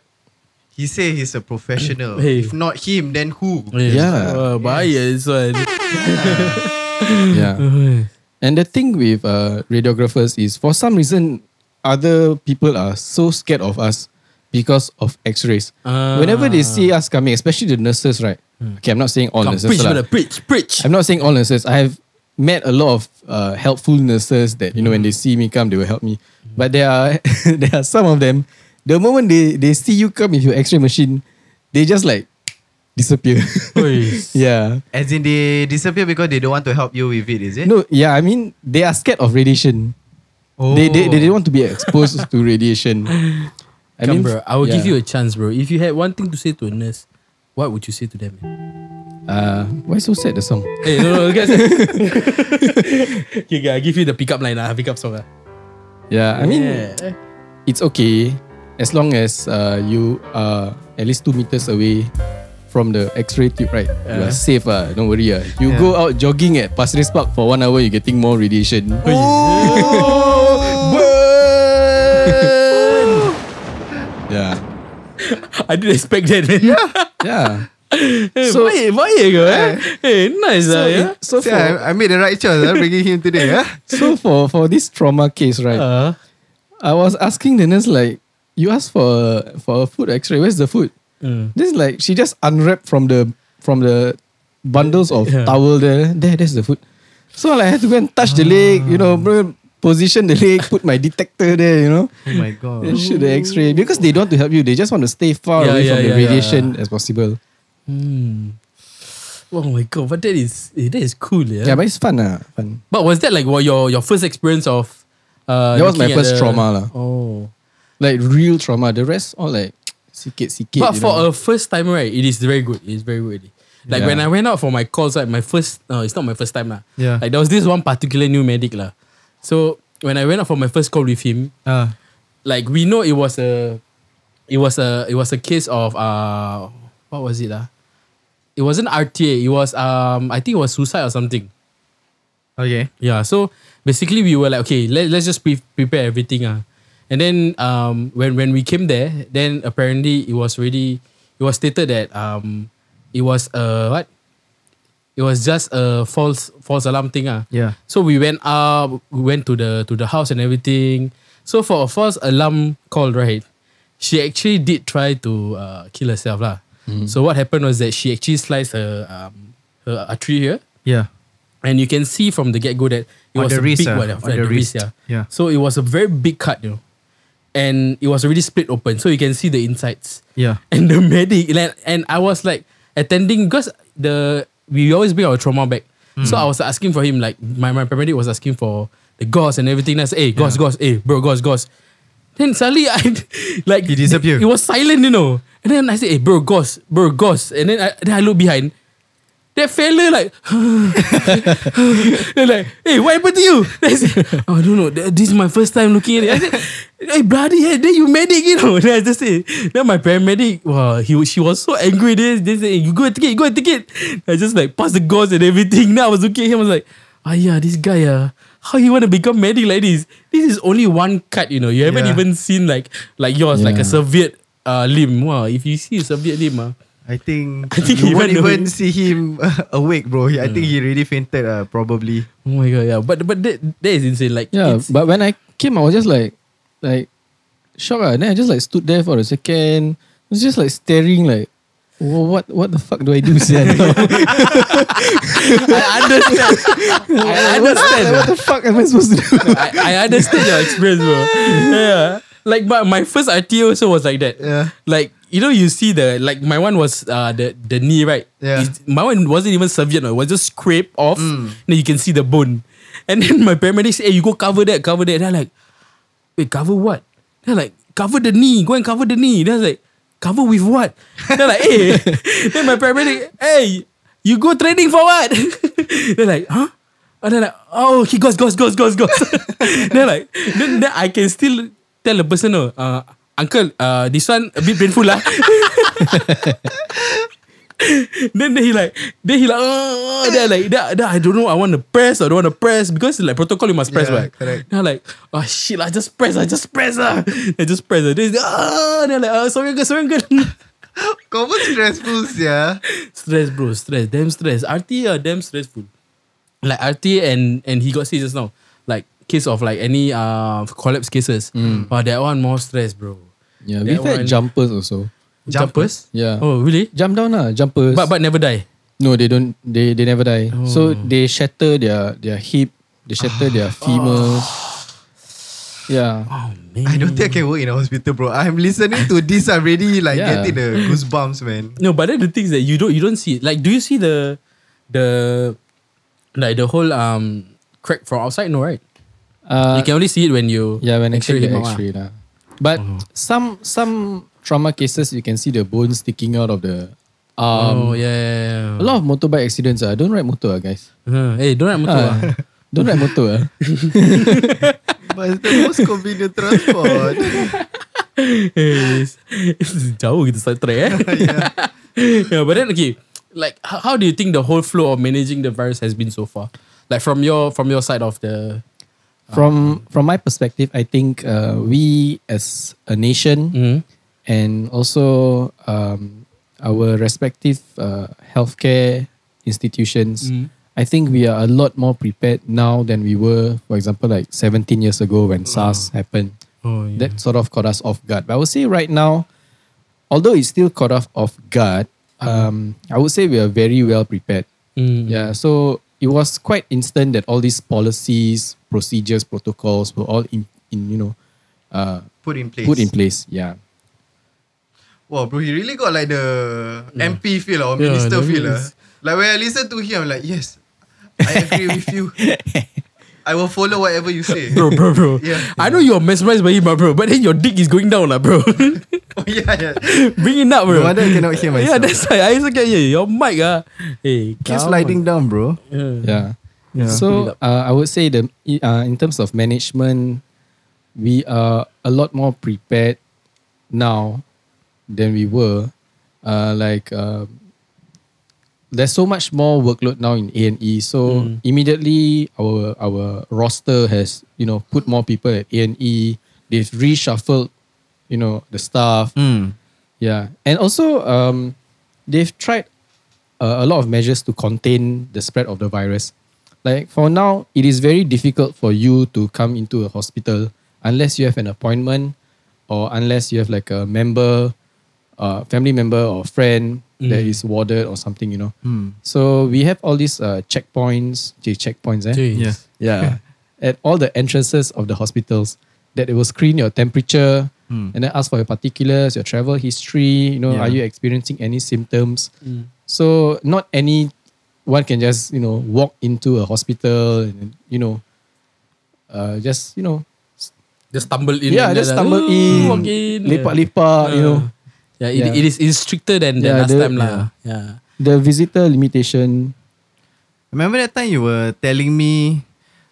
[SPEAKER 5] He say he's a professional.
[SPEAKER 4] Hey.
[SPEAKER 5] If not him, then who?
[SPEAKER 2] Yeah.
[SPEAKER 4] Oh, bahaya this one.
[SPEAKER 2] yeah. And the thing with uh, radiographers is, for some reason, other people are so scared of us because of X-rays.
[SPEAKER 4] Ah.
[SPEAKER 2] Whenever they see us coming, especially the nurses, right? Okay, I'm not saying all
[SPEAKER 4] Come,
[SPEAKER 2] nurses.
[SPEAKER 4] preach,
[SPEAKER 2] lah.
[SPEAKER 4] brother. Preach, preach.
[SPEAKER 2] I'm not saying all nurses. I have met a lot of uh, helpful nurses that you know when they
[SPEAKER 4] Mm.
[SPEAKER 2] see me come, they will help me. But there are there are some of them. The moment they they see you come with your X-ray machine, they just like disappear.
[SPEAKER 4] Ois.
[SPEAKER 2] yeah.
[SPEAKER 5] As in they disappear because they don't want to help you with it, is it?
[SPEAKER 2] No. Yeah. I mean, they are scared of radiation. They, they they don't want to be exposed to radiation. I
[SPEAKER 4] Oh. Come, bro. I will give
[SPEAKER 2] yeah.
[SPEAKER 4] you a chance, bro. If you had one thing to say to a nurse, what would you say to them? man?
[SPEAKER 2] Uh, why so sad the song?
[SPEAKER 4] Hey, Eh, no, no, guys. okay, guys, I give you the pickup line, ah, pickup song. Ah.
[SPEAKER 2] Yeah, I mean,
[SPEAKER 4] Yeah.
[SPEAKER 2] it's okay as long as uh, you are at least two meters away from the X-ray tube, right? You are safe, uh, Don't worry, uh. You go out jogging at Pasir Ris Park for one hour, you're getting more radiation.
[SPEAKER 5] Oh.
[SPEAKER 2] yeah,
[SPEAKER 4] I didn't expect that. Man. Yeah.
[SPEAKER 2] yeah.
[SPEAKER 4] So, why, why, go, eh? Hey, nice, ah, yeah.
[SPEAKER 2] So
[SPEAKER 5] See,
[SPEAKER 2] for,
[SPEAKER 5] I, I made the right choice. I'm bringing him today. ah. Yeah?
[SPEAKER 2] so for for this trauma case, right?
[SPEAKER 4] Uh,
[SPEAKER 2] I was asking the nurse like, you asked for for a food X-ray. Where's the food?
[SPEAKER 4] Mm.
[SPEAKER 2] This is like she just unwrapped from the from the bundles of
[SPEAKER 4] Yeah.
[SPEAKER 2] towel there. There, that's the food. So like, I had to go and touch the leg, you know, bro, position the leg, put my detector there, you know,
[SPEAKER 5] Oh my
[SPEAKER 2] and
[SPEAKER 5] god.
[SPEAKER 2] shoot the X-ray because they don't want to help you. They just want to stay far
[SPEAKER 4] Yeah,
[SPEAKER 2] away
[SPEAKER 4] yeah,
[SPEAKER 2] from the
[SPEAKER 4] yeah,
[SPEAKER 2] radiation as possible.
[SPEAKER 4] Hmm. Oh my god, but that is eh, that is cool, yeah.
[SPEAKER 2] Yeah, but it's fun, ah, fun.
[SPEAKER 4] But was that like what your your first experience of? Uh,
[SPEAKER 2] That was my
[SPEAKER 4] looking at
[SPEAKER 2] first
[SPEAKER 4] the-
[SPEAKER 2] trauma lah.
[SPEAKER 4] Oh,
[SPEAKER 2] Like real trauma. The rest all like sikit sikit.
[SPEAKER 4] but
[SPEAKER 2] you
[SPEAKER 4] for a
[SPEAKER 2] know.
[SPEAKER 4] first time, right? It is very good. It's very good. already. Like
[SPEAKER 2] Yeah.
[SPEAKER 4] when I went out for my calls, like my first, no, it's not my first time lah.
[SPEAKER 5] Yeah.
[SPEAKER 4] Like there was this one particular new medic lah. So when I went out for my first call with him,
[SPEAKER 5] Ah,
[SPEAKER 4] like we know it was a it was a it was a case of uh what was it uh? it wasn't RTA it was um I think it was suicide or something
[SPEAKER 5] okay.
[SPEAKER 4] yeah so basically we were like okay let, let's just pre- prepare everything uh. and then um when when we came there then apparently it was already it was stated that um it was a what it was just a false false alarm thing uh.
[SPEAKER 5] Yeah.
[SPEAKER 4] So we went up, we went to the to the house and everything. So for a first alarm call, right? She actually did try to uh, kill herself lah.
[SPEAKER 5] Mm-hmm.
[SPEAKER 4] So what happened was that she actually sliced her um, her artery here,
[SPEAKER 5] Yeah.
[SPEAKER 4] and you can see from the get go that it
[SPEAKER 5] On
[SPEAKER 4] was
[SPEAKER 5] the
[SPEAKER 4] a
[SPEAKER 5] wrist,
[SPEAKER 4] big
[SPEAKER 5] ah,
[SPEAKER 4] one,
[SPEAKER 5] on
[SPEAKER 4] like
[SPEAKER 5] the
[SPEAKER 4] the wrist,
[SPEAKER 5] wrist.
[SPEAKER 4] yeah.
[SPEAKER 5] Yeah.
[SPEAKER 4] So it was a very big cut, you know, and it was already split open, so you can see the insides.
[SPEAKER 5] Yeah.
[SPEAKER 4] And the medic like, and I was like attending because the we always bring our trauma back. So
[SPEAKER 5] Hmm.
[SPEAKER 4] I was asking for him, like my, my paramedic was asking for the gauze and everything. And I said, hey, gauze, gauze, hey, bro, gauze, gauze. Then suddenly I like
[SPEAKER 5] He disappeared.
[SPEAKER 4] It was silent, you know. And then I said, hey, bro, gauze, bro, gauze. And then I then I look behind. That fella like They're like, hey, what happened to you? Then I said, oh, I don't know. Th- This is my first time looking at it. I said, hey, bloody hell, then you medic, you know. Then I just say, then my paramedic, wow, he, was- she was so angry. They, they said, you go and take it, you go and take it. I just like passed the gauze and everything. Now I was looking at him, I was like, ah, yeah, this guy, uh, how he want to become medic like this? This is only one cut, you know. You haven't
[SPEAKER 5] Yeah.
[SPEAKER 4] even seen like like yours, like a
[SPEAKER 2] Yeah.
[SPEAKER 4] severe uh, limb. Wow, if you see a severe limb, uh,
[SPEAKER 5] I think,
[SPEAKER 4] I think
[SPEAKER 5] you
[SPEAKER 4] he Hmm.
[SPEAKER 5] won't
[SPEAKER 4] went
[SPEAKER 5] even
[SPEAKER 4] away.
[SPEAKER 5] see him uh, awake, bro. He- I think he really fainted, uh, probably.
[SPEAKER 4] oh my god, yeah. But but that, that is insane. Like
[SPEAKER 2] Yeah,
[SPEAKER 4] it's-
[SPEAKER 2] but when I came, I was just like, like, shocked. Ah. Then I just like stood there for a second. I was just like staring, like, "Wha- what, what the fuck do I do? sia?"
[SPEAKER 4] I understand. I understand.
[SPEAKER 2] what the fuck am I supposed to do?
[SPEAKER 4] I, I understand your experience, bro. Yeah. Like my, my first RTO also was like that.
[SPEAKER 5] Yeah.
[SPEAKER 4] Like, you know, you see the like my one was uh the, the knee, right?
[SPEAKER 5] Yeah.
[SPEAKER 4] It's- my one wasn't even severe, no, it was just scrape off. Then you can see the bone. And then my paramedic said, Hey, you go cover that, cover that. And I'm like, wait, cover what? They're like, cover the knee, go and cover the knee. Then I was like, cover with what? They're like, hey. then my paramedic, hey, you go training for what? They're like, huh? And then like, oh, he goes, goes, goes, goes, goes. then like, then, then I can still tell the person, oh, uh, uncle, uh, this one a bit painful lah. then, then he like, then he like, oh, then I like, then, then I don't know, I want to press or don't want to press because like protocol you must press,
[SPEAKER 5] Yeah,
[SPEAKER 4] right?
[SPEAKER 5] correct.
[SPEAKER 4] Then I'm like, oh shit, I just press, I just press, ah, I just press. ah. Then, ah, then I'm like, oh, sorry, uncle, sorry, uncle.
[SPEAKER 5] Common stressful, yeah.
[SPEAKER 4] stress, bro, stress, damn stress. RT are damn stressful. Like RT and and he got sick just now. Like case of like any uh collapse cases.
[SPEAKER 5] Mm.
[SPEAKER 4] But that one more stress, bro.
[SPEAKER 2] Yeah,
[SPEAKER 4] That
[SPEAKER 2] we've had
[SPEAKER 4] one-
[SPEAKER 2] jumpers also.
[SPEAKER 4] Jumpers?
[SPEAKER 2] Yeah.
[SPEAKER 4] Oh really?
[SPEAKER 2] Jump down, ah, jumpers.
[SPEAKER 4] But Oh. but never die.
[SPEAKER 2] no, they don't. They they never die. So they shatter their their hip. They shatter their femurs. Yeah.
[SPEAKER 4] Oh man.
[SPEAKER 5] I don't think I can work in a hospital, bro. I'm listening to this already, like
[SPEAKER 2] Yeah.
[SPEAKER 5] getting the goosebumps, man.
[SPEAKER 4] No, but then the things that you don't you don't see. it. Like, do you see the the like the whole um crack from outside? No, right?
[SPEAKER 2] Uh,
[SPEAKER 4] you can only see it when you
[SPEAKER 2] Yeah, when
[SPEAKER 4] X-ray him
[SPEAKER 2] X-ray, the
[SPEAKER 4] out, ah.
[SPEAKER 2] X-ray lah.
[SPEAKER 4] Uh-huh.
[SPEAKER 2] But some some trauma cases, you can see the bone sticking out of the
[SPEAKER 4] oh
[SPEAKER 2] Um,
[SPEAKER 4] yeah, yeah, yeah.
[SPEAKER 2] A lot of motorbike accidents. Uh. Don't ride motor, ah, guys.
[SPEAKER 4] Uh, hey, don't ride motor. ah.
[SPEAKER 2] Don't ride motor. ah.
[SPEAKER 5] But it's the most convenient transport.
[SPEAKER 4] Yes. Jauh kita start track eh. yeah. but then okay, like how, how do you think the whole flow of managing the virus has been so far? Like from your from your side of the
[SPEAKER 2] From from my perspective, I think uh, we as a nation
[SPEAKER 4] mm,
[SPEAKER 2] and also um, our respective uh, healthcare institutions,
[SPEAKER 4] Mm.
[SPEAKER 2] I think we are a lot more prepared now than we were, for example, like 17 years ago when
[SPEAKER 4] Uh-huh.
[SPEAKER 2] SARS happened.
[SPEAKER 4] oh, yeah.
[SPEAKER 2] That sort of caught us off guard. But I would say right now, although it's still caught us off guard, um, I would say we are very well prepared.
[SPEAKER 4] Mm.
[SPEAKER 2] Yeah, so it was quite instant that all these policies, procedures, protocols were all in, in you know, uh,
[SPEAKER 5] Put in place.
[SPEAKER 2] put in place. Yeah.
[SPEAKER 5] Wow, bro, he really got like the MP feel or
[SPEAKER 4] Yeah,
[SPEAKER 5] minister
[SPEAKER 4] that
[SPEAKER 5] feel. ah.
[SPEAKER 4] means-
[SPEAKER 5] Like when I listen to him, I'm like, yes, I agree with you. I will follow whatever you say.
[SPEAKER 4] Bro, bro, bro.
[SPEAKER 5] Yeah.
[SPEAKER 4] I know you're mesmerized by him, ah, bro, but then your dick is going down, lah, bro.
[SPEAKER 5] Oh, yeah, yeah.
[SPEAKER 4] Bring it up, bro.
[SPEAKER 5] No wonder I cannot hear
[SPEAKER 4] Yeah,
[SPEAKER 5] myself.
[SPEAKER 4] that's why. I also can hear your mic, ah. Hey,
[SPEAKER 5] Keep
[SPEAKER 4] come
[SPEAKER 5] sliding down,
[SPEAKER 4] on.
[SPEAKER 5] bro.
[SPEAKER 4] Yeah.
[SPEAKER 2] Yeah.
[SPEAKER 5] Yeah.
[SPEAKER 2] So uh, I would say the uh, in terms of management, we are a lot more prepared now than we were. Uh, like uh, there's so much more workload now in A and E. So immediately our our roster has you know put more people at A and E. They've reshuffled you know the staff.
[SPEAKER 5] Mm.
[SPEAKER 2] Yeah, and also um, they've tried uh, a lot of measures to contain the spread of the virus. Like for now, it is very difficult for you to come into a hospital unless you have an appointment or unless you have like a member, uh, family member or friend that is warded or something, you know.
[SPEAKER 5] Hmm.
[SPEAKER 2] So we have all these uh, checkpoints, J checkpoints, eh?
[SPEAKER 4] Jeez.
[SPEAKER 5] Yeah.
[SPEAKER 2] Yeah. At all the entrances of the hospitals, that it will screen your temperature
[SPEAKER 5] Hmm.
[SPEAKER 2] and then ask for your particulars, your travel history. You know,
[SPEAKER 5] Yeah.
[SPEAKER 2] are you experiencing any symptoms?
[SPEAKER 4] Mm.
[SPEAKER 2] So not any one can just you know walk into a hospital and you know, uh, just you know,
[SPEAKER 4] Just stumble in.
[SPEAKER 2] yeah,
[SPEAKER 4] and
[SPEAKER 2] just
[SPEAKER 4] then, "Ooh,
[SPEAKER 2] stumble in,
[SPEAKER 4] walk in."
[SPEAKER 2] lepak
[SPEAKER 4] Yeah.
[SPEAKER 2] lepak, you know.
[SPEAKER 4] Yeah, it,
[SPEAKER 2] Yeah.
[SPEAKER 4] it is it's stricter than, than
[SPEAKER 2] Yeah,
[SPEAKER 4] last
[SPEAKER 2] the-
[SPEAKER 4] time lah. Yeah.
[SPEAKER 2] The visitor limitation.
[SPEAKER 5] Remember that time you were telling me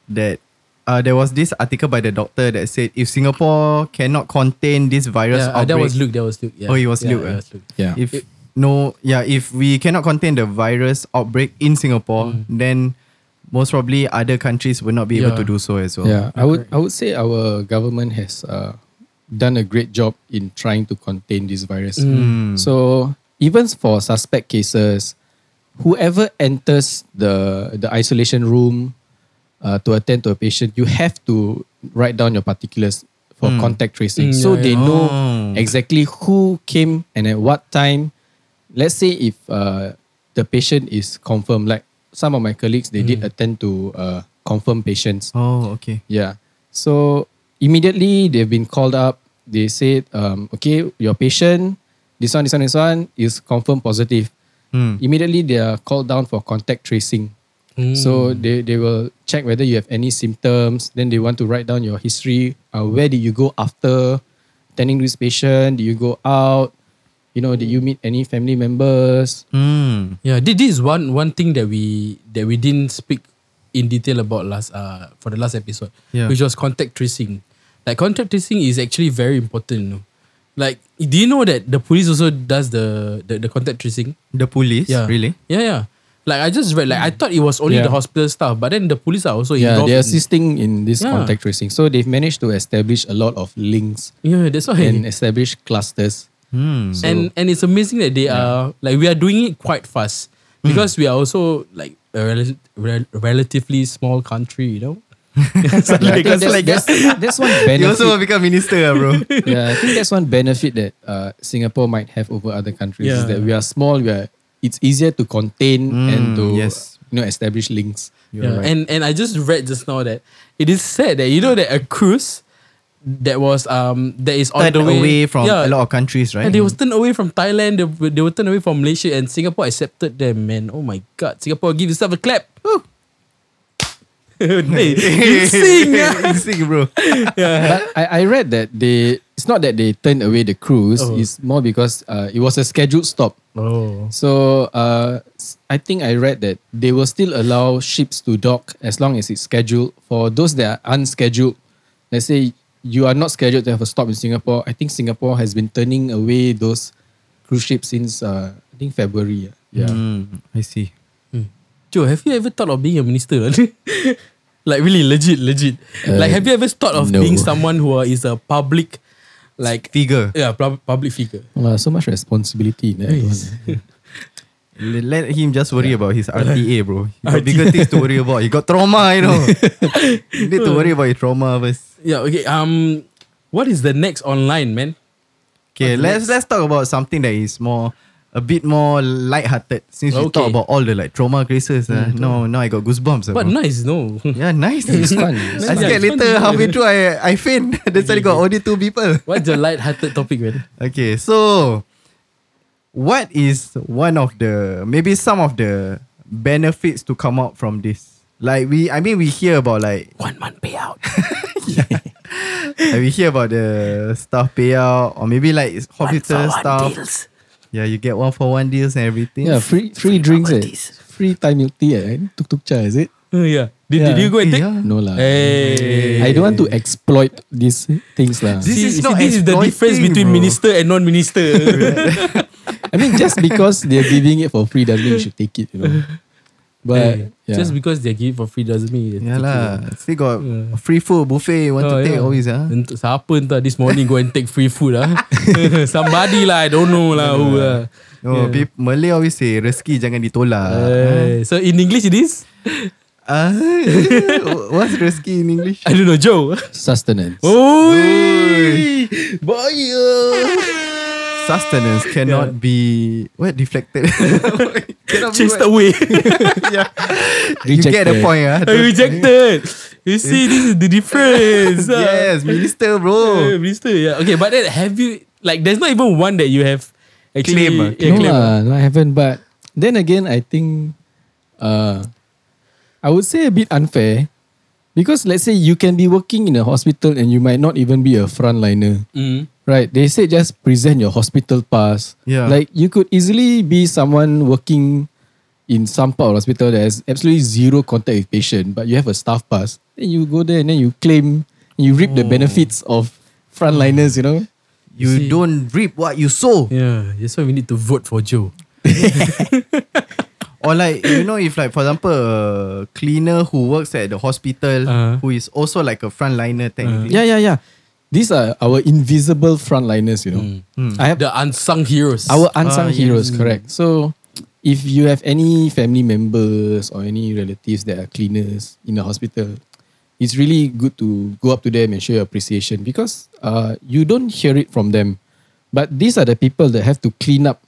[SPEAKER 5] that uh, there was this article by the doctor that said if Singapore cannot contain this virus
[SPEAKER 4] Yeah, uh,
[SPEAKER 5] outbreak,
[SPEAKER 4] that was Luke. That was Luke. Yeah.
[SPEAKER 5] Oh, it was
[SPEAKER 4] yeah,
[SPEAKER 5] Luke,
[SPEAKER 4] it
[SPEAKER 5] eh?
[SPEAKER 4] was Luke.
[SPEAKER 2] Yeah.
[SPEAKER 5] if no, yeah, if we cannot contain the virus outbreak in Singapore,
[SPEAKER 4] Hmm.
[SPEAKER 5] then most probably other countries will not be able
[SPEAKER 4] Yeah.
[SPEAKER 5] to do so as well.
[SPEAKER 2] Yeah, I would I would say our government has uh, done a great job in trying to contain this
[SPEAKER 4] Mm.
[SPEAKER 2] virus.
[SPEAKER 5] Mm. Hmm.
[SPEAKER 4] Hmm.
[SPEAKER 2] So even for suspect cases, whoever enters the the isolation room uh, to attend to a patient, you have to write down your particulars for contact
[SPEAKER 4] Mm,
[SPEAKER 2] tracing, so
[SPEAKER 4] yeah,
[SPEAKER 2] they
[SPEAKER 4] yeah.
[SPEAKER 2] know
[SPEAKER 5] Oh.
[SPEAKER 2] exactly who came and at what time. Let's say if uh, the patient is confirmed, like some of my colleagues, they did attend to uh, confirmed patients.
[SPEAKER 5] Oh, okay.
[SPEAKER 2] Yeah. So immediately they've been called up. They said, um, okay, your patient, this one, this one, this one is confirmed positive.
[SPEAKER 5] Hmm.
[SPEAKER 2] Immediately they are called down for contact tracing.
[SPEAKER 4] Mm.
[SPEAKER 2] So
[SPEAKER 4] Hmm.
[SPEAKER 2] they, they will check whether you have any symptoms. Then they want to write down your history. Uh, where did you go after attending this patient? Did you go out? You know, did you meet any family members?
[SPEAKER 5] Hmm.
[SPEAKER 4] Yeah, thi- this is one one thing that we that we didn't speak in detail about last uh for the last episode,
[SPEAKER 5] Yeah.
[SPEAKER 4] which was contact tracing. Like contact tracing is actually very important. you know. Like, do you know that the police also does the the, the contact tracing?
[SPEAKER 5] The police,
[SPEAKER 4] Yeah,
[SPEAKER 5] really?
[SPEAKER 4] Yeah, yeah. Like I just read, like I thought it was only
[SPEAKER 2] Yeah.
[SPEAKER 4] the hospital staff, but then the police are also
[SPEAKER 2] Yeah,
[SPEAKER 4] involved.
[SPEAKER 2] they're
[SPEAKER 4] in-
[SPEAKER 2] assisting in this
[SPEAKER 4] Yeah.
[SPEAKER 2] contact tracing. So they've managed to establish a lot of links
[SPEAKER 4] yeah, that's why.
[SPEAKER 2] and establish clusters.
[SPEAKER 5] Hmm.
[SPEAKER 2] So-
[SPEAKER 4] and and it's amazing that they are like we are doing it quite fast
[SPEAKER 2] Hmm.
[SPEAKER 4] because we are also like a rel- rel- relatively small country, you know. It's
[SPEAKER 2] Yeah, I
[SPEAKER 4] like-
[SPEAKER 2] think
[SPEAKER 4] it's
[SPEAKER 2] that's,
[SPEAKER 4] like-
[SPEAKER 2] that's, that's one
[SPEAKER 5] You also will
[SPEAKER 2] benefit.
[SPEAKER 5] become minister, ah, bro.
[SPEAKER 2] yeah, I think that's one benefit that uh, Singapore might have over other countries
[SPEAKER 4] Yeah.
[SPEAKER 2] is that we are small. We are it's easier to contain and
[SPEAKER 5] Mm,
[SPEAKER 2] to
[SPEAKER 5] yes.
[SPEAKER 2] you know establish links.
[SPEAKER 4] yeah. And and I just read just now that it is said that you know that a cruise that was um that is on the
[SPEAKER 5] Turned
[SPEAKER 4] way
[SPEAKER 5] away from
[SPEAKER 4] yeah,
[SPEAKER 5] a lot of countries, right? Mm.
[SPEAKER 4] And they was turned away from Thailand. They, were- they were turned away from Malaysia, and Singapore accepted them. Man, oh my God, Singapore, give yourself a clap. hey, you sing. ah.
[SPEAKER 5] you sing, bro.
[SPEAKER 2] But I, I read that they it's not that they turned away the crews.
[SPEAKER 4] Oh.
[SPEAKER 2] It's more because uh, it was a scheduled stop.
[SPEAKER 4] Oh.
[SPEAKER 2] So uh, s- I think I read that they will still allow ships to dock as long as it's scheduled. For those that are unscheduled, let's say you are not scheduled to have a stop in Singapore. I think Singapore has been turning away those cruise ships since uh, I think February. ah. Yeah.
[SPEAKER 5] Mm, I see.
[SPEAKER 4] Joe, have you ever thought of being a minister? like really legit, legit. like have you ever thought of
[SPEAKER 1] no.
[SPEAKER 4] being someone who are- is a public like
[SPEAKER 5] Figure.
[SPEAKER 4] yeah, pub- public figure?
[SPEAKER 2] Well, so much responsibility. eh? in that
[SPEAKER 4] Yes.
[SPEAKER 2] one.
[SPEAKER 5] L- Let him just worry about his RTA, bro. He got bigger things to worry about. He got trauma, you know. you need to worry about your trauma first.
[SPEAKER 4] Yeah, okay. Um what is the next online, man?
[SPEAKER 5] Okay, let's let's talk about something that is more a bit more light-hearted. Since we
[SPEAKER 4] Okay.
[SPEAKER 5] talk about all the like trauma graces, uh, no, now I got goosebumps. ah,
[SPEAKER 4] But
[SPEAKER 5] bro.
[SPEAKER 4] nice, no.
[SPEAKER 5] Yeah, nice.
[SPEAKER 2] It's fun. It's
[SPEAKER 5] I
[SPEAKER 4] fun.
[SPEAKER 5] scared
[SPEAKER 4] It's fun.
[SPEAKER 5] later halfway through I I faint. That's why I got only two people.
[SPEAKER 4] What's your light-hearted topic, man?
[SPEAKER 5] Okay, so what is one of the maybe some of the benefits to come out from this? Like we, I mean, we hear about like
[SPEAKER 4] One month payout.
[SPEAKER 5] we hear about the staff payout or maybe like it's hospital staff. Yeah, you get one for one deals and everything.
[SPEAKER 2] Yeah, free free drinks.
[SPEAKER 4] bubble
[SPEAKER 2] Eh.
[SPEAKER 4] teas.
[SPEAKER 2] Free Thai milk tea. Eh. Tuk tuk cha, is it?
[SPEAKER 4] Uh, yeah. Did, did
[SPEAKER 2] Yeah.
[SPEAKER 4] you go and take?
[SPEAKER 5] Eh, Yeah.
[SPEAKER 2] No lah.
[SPEAKER 4] Hey.
[SPEAKER 2] I don't want to exploit these things lah.
[SPEAKER 5] This
[SPEAKER 4] See,
[SPEAKER 5] is
[SPEAKER 4] see,
[SPEAKER 5] not
[SPEAKER 4] this is the difference
[SPEAKER 5] exploiting,
[SPEAKER 4] between
[SPEAKER 5] bro.
[SPEAKER 4] minister and non-minister.
[SPEAKER 2] I mean, just because they're giving it for free doesn't mean you should take it, you know. But yeah.
[SPEAKER 4] Just because they give it for free doesn't mean you take
[SPEAKER 5] Yeah
[SPEAKER 4] it.
[SPEAKER 5] lah. Still got
[SPEAKER 4] Yeah.
[SPEAKER 5] free food buffet. You want
[SPEAKER 2] Oh,
[SPEAKER 5] to take always ah.
[SPEAKER 4] Entah siapa entah this morning go and take free food ah. Somebody lah, I don't know lah who uh. lah.
[SPEAKER 5] No, yeah. Malay always say rezeki jangan ditolak.
[SPEAKER 4] Eh, so in English it is
[SPEAKER 5] Ah, what's rezeki in English?
[SPEAKER 4] I don't know Joe.
[SPEAKER 2] sustenance.
[SPEAKER 4] Oh,
[SPEAKER 5] Boy, sustenance cannot be what deflected. cannot be
[SPEAKER 4] chased
[SPEAKER 5] what-
[SPEAKER 4] away.
[SPEAKER 5] yeah. You get the
[SPEAKER 2] Rejected.
[SPEAKER 5] point, ah.
[SPEAKER 4] I rejected. You see, this is the difference. ah.
[SPEAKER 5] Yes,
[SPEAKER 4] Eh,
[SPEAKER 5] minister, bro.
[SPEAKER 4] minister. Yeah. Okay, but then have you like? There's not even one that you have actually
[SPEAKER 5] Claim, ah.
[SPEAKER 4] yeah,
[SPEAKER 2] no,
[SPEAKER 4] claim, ah.
[SPEAKER 2] lah, no, I haven't. But then again, I think uh, I would say a bit unfair because let's say you can be working in a hospital and you might not even be a frontliner.
[SPEAKER 4] Mm.
[SPEAKER 2] Right, they say just present your hospital pass.
[SPEAKER 5] Yeah.
[SPEAKER 2] Like you could easily be someone working in some part of the hospital that has absolutely zero contact with patient, but you have a staff pass. Then you go there and then you claim, you reap the benefits of frontliners, you know?
[SPEAKER 5] You
[SPEAKER 4] see.
[SPEAKER 5] don't reap what you sow.
[SPEAKER 4] Yeah, that's why we need to vote for Joe.
[SPEAKER 5] Or like you know, if like for example, a cleaner who works at the hospital,
[SPEAKER 4] Uh.
[SPEAKER 5] who is also like a
[SPEAKER 4] Uh-huh.
[SPEAKER 5] frontliner technically.
[SPEAKER 2] Yeah, yeah, yeah. These are our invisible frontliners, you know?
[SPEAKER 4] Mm.
[SPEAKER 2] I have
[SPEAKER 4] The unsung heroes.
[SPEAKER 2] Our
[SPEAKER 5] Ah,
[SPEAKER 2] unsung heroes,
[SPEAKER 5] yes.
[SPEAKER 2] correct. So, if you have any family members or any relatives that are cleaners in the hospital, it's really good to go up to them and show your appreciation because uh, you don't hear it from them. But these are the people that have to clean up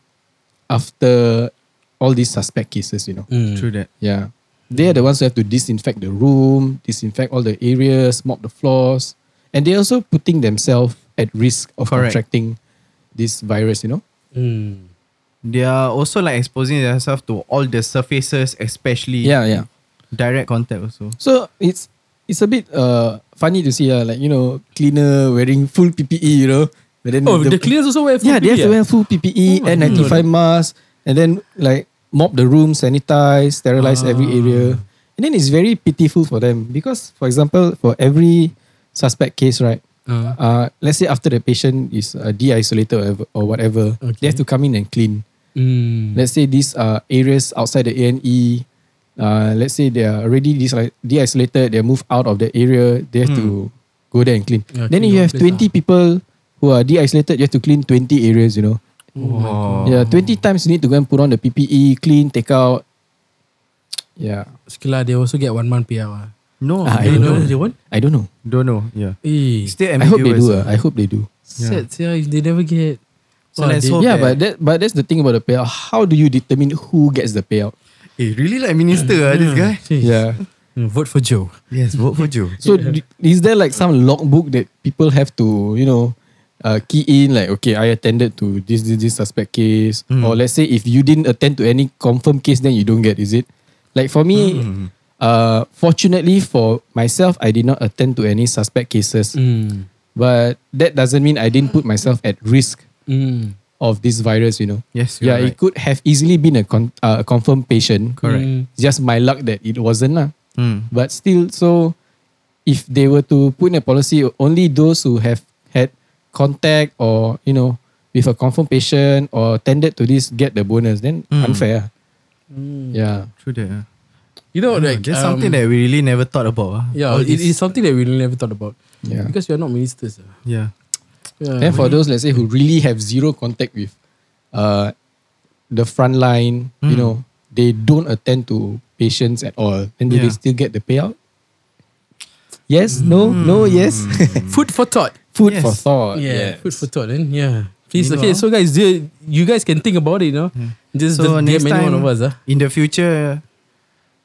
[SPEAKER 2] after all these suspect cases, you know.
[SPEAKER 4] Mm.
[SPEAKER 5] True that.
[SPEAKER 2] Yeah. They are the ones who have to disinfect the room, disinfect all the areas, mop the floors. And they're also putting themselves at risk of
[SPEAKER 5] Correct.
[SPEAKER 2] contracting this virus, you know?
[SPEAKER 4] Mm.
[SPEAKER 5] They are also like exposing themselves to all the surfaces, especially
[SPEAKER 2] Yeah, yeah.
[SPEAKER 5] direct contact also.
[SPEAKER 2] So it's it's a bit uh funny to see uh, like you know cleaner wearing full PPE you know but then
[SPEAKER 4] Oh, the, cleaners also wear full
[SPEAKER 2] yeah they have
[SPEAKER 4] PPE,
[SPEAKER 2] to
[SPEAKER 4] ah?
[SPEAKER 2] wear full PPE
[SPEAKER 4] Oh my
[SPEAKER 2] and ninety five mask and then like mop the room sanitize sterilize every
[SPEAKER 4] Ah.
[SPEAKER 2] area and then it's very pitiful for them because for example for every suspect case right
[SPEAKER 4] Ah.
[SPEAKER 2] uh let's say after the patient is uh, de-isolated or whatever, or whatever they have to come in and clean
[SPEAKER 4] Mm.
[SPEAKER 2] let's say these are areas outside the A&E, uh, let's say they are already dis- de-isolated, they're moved out of the area, they have to go there and clean.
[SPEAKER 4] Yeah,
[SPEAKER 2] then
[SPEAKER 4] clean
[SPEAKER 2] you
[SPEAKER 4] your
[SPEAKER 2] have
[SPEAKER 4] place ah.
[SPEAKER 2] 20 people who are de-isolated, you have to clean 20 areas, you know.
[SPEAKER 4] ah. Oh,
[SPEAKER 5] Wow.
[SPEAKER 2] Yeah, 20 times you need to go and put on the PPE, clean, take out. Yeah.
[SPEAKER 4] Okay lah, they also get one month payout. ah.
[SPEAKER 5] No,
[SPEAKER 2] Ah, I
[SPEAKER 4] They
[SPEAKER 2] don't
[SPEAKER 4] know
[SPEAKER 2] know.
[SPEAKER 4] they won't?
[SPEAKER 2] I don't know.
[SPEAKER 5] Don't know. Yeah.
[SPEAKER 4] Eh,
[SPEAKER 5] Still
[SPEAKER 2] I hope they
[SPEAKER 5] ambiguous. ah.
[SPEAKER 2] do. Uh, I hope they do.
[SPEAKER 4] sad sia if they never get.
[SPEAKER 5] So
[SPEAKER 4] Wah,
[SPEAKER 5] let's
[SPEAKER 4] they-
[SPEAKER 5] hope-
[SPEAKER 2] Yeah,
[SPEAKER 5] Okay.
[SPEAKER 2] but that but that's the thing about the payout. How do you determine who gets the payout?
[SPEAKER 5] Eh, really like minister ah, this guy.
[SPEAKER 4] Jeez.
[SPEAKER 2] Yeah.
[SPEAKER 4] Mm, Vote for Joe.
[SPEAKER 5] Yes, vote for Joe.
[SPEAKER 2] So d- is there like some logbook that people have to, you know, uh, key in like okay, I attended to this this, this suspect case,
[SPEAKER 5] Hmm. Hmm.
[SPEAKER 2] or let's say if you didn't attend to any confirmed case, then you don't get. Is it like for me? Uh, fortunately for myself, I did not attend to any suspect cases,
[SPEAKER 5] Hmm.
[SPEAKER 4] Mm.
[SPEAKER 2] but that doesn't mean I didn't put myself at risk
[SPEAKER 4] Mm.
[SPEAKER 2] of this virus. You know.
[SPEAKER 5] Yes,
[SPEAKER 2] Yeah,
[SPEAKER 5] you're
[SPEAKER 2] it could have easily been a, con- uh, a confirmed patient.
[SPEAKER 5] Correct.
[SPEAKER 4] Mm.
[SPEAKER 2] It's just my luck that it wasn't lah.
[SPEAKER 5] Mm.
[SPEAKER 2] But still, so if they were to put in a policy, only those who have had contact or you know with a confirmed patient or tended to this get the bonus. Then
[SPEAKER 5] Mm.
[SPEAKER 2] unfair.
[SPEAKER 4] Mm.
[SPEAKER 2] ah. Yeah.
[SPEAKER 5] True that. yeah.
[SPEAKER 4] You know, like
[SPEAKER 5] Yeah, Hmm,
[SPEAKER 4] um,
[SPEAKER 5] that's Mm. something that we really never thought about. ah.
[SPEAKER 4] Yeah,
[SPEAKER 5] All
[SPEAKER 4] it is
[SPEAKER 5] this-
[SPEAKER 4] something that we never thought about.
[SPEAKER 2] Yeah.
[SPEAKER 4] Because we are not ministers. ah.
[SPEAKER 5] Yeah.
[SPEAKER 4] Yeah.
[SPEAKER 2] Then for those, let's say, who really have zero contact with uh, the front line,
[SPEAKER 5] Mm.
[SPEAKER 2] you know, they don't attend to patients at all, then do they
[SPEAKER 5] Yeah.
[SPEAKER 2] still get the payout? Yes, no, no, yes.
[SPEAKER 4] Food for thought.
[SPEAKER 2] Food
[SPEAKER 5] Mm. Yes.
[SPEAKER 2] for thought.
[SPEAKER 4] Yeah,
[SPEAKER 2] yes.
[SPEAKER 4] food for thought. Then yeah, please.
[SPEAKER 5] Meanwhile-
[SPEAKER 4] Okay, so guys, you, you guys can think about it. You know, just,
[SPEAKER 5] So
[SPEAKER 4] just
[SPEAKER 5] next
[SPEAKER 4] DM any one
[SPEAKER 5] time-
[SPEAKER 4] of us. Ah,
[SPEAKER 5] In the future,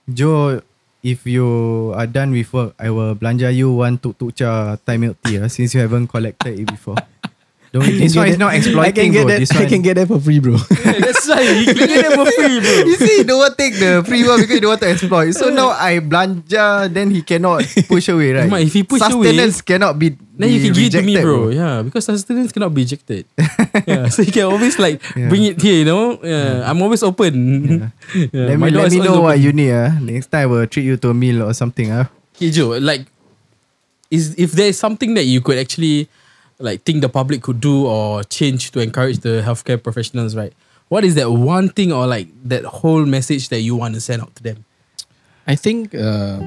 [SPEAKER 5] Joe, if you are done with work, I will belanja you one tuk tuk cha Thai milk tea ah, since you haven't collected it before. Don't,
[SPEAKER 2] You
[SPEAKER 5] this
[SPEAKER 2] can
[SPEAKER 5] one
[SPEAKER 2] get
[SPEAKER 5] is not
[SPEAKER 2] that- I
[SPEAKER 5] exploiting,
[SPEAKER 2] can get
[SPEAKER 5] bro.
[SPEAKER 2] that.
[SPEAKER 5] This
[SPEAKER 2] I
[SPEAKER 5] one.
[SPEAKER 2] can get that for free, bro.
[SPEAKER 4] that's why you can get them for free, bro.
[SPEAKER 5] You see, he don't want take the free one because he don't want to exploit. So now I belanja, then he cannot push away, right?
[SPEAKER 4] Mak, if he push away,
[SPEAKER 5] Sustenance cannot be
[SPEAKER 4] Then you
[SPEAKER 5] be
[SPEAKER 4] can give it to me,
[SPEAKER 5] rejected,
[SPEAKER 4] bro. Yeah, because sustenance cannot be rejected. yeah, so you can always like
[SPEAKER 5] Yeah.
[SPEAKER 4] bring it here. You know, yeah, I'm always open. Yeah.
[SPEAKER 5] Let
[SPEAKER 4] my
[SPEAKER 5] me,
[SPEAKER 4] door
[SPEAKER 5] let
[SPEAKER 4] is
[SPEAKER 5] me
[SPEAKER 4] always
[SPEAKER 5] know
[SPEAKER 4] open.
[SPEAKER 5] what you need. ah. Next time I will treat you to a meal or something. ah.
[SPEAKER 4] Okay, Joe, like, is if there is something that you could actually, like, think the public could do or change to encourage the healthcare professionals, right? What is that one thing or like that whole message that you want to send out to them?
[SPEAKER 2] I think uh,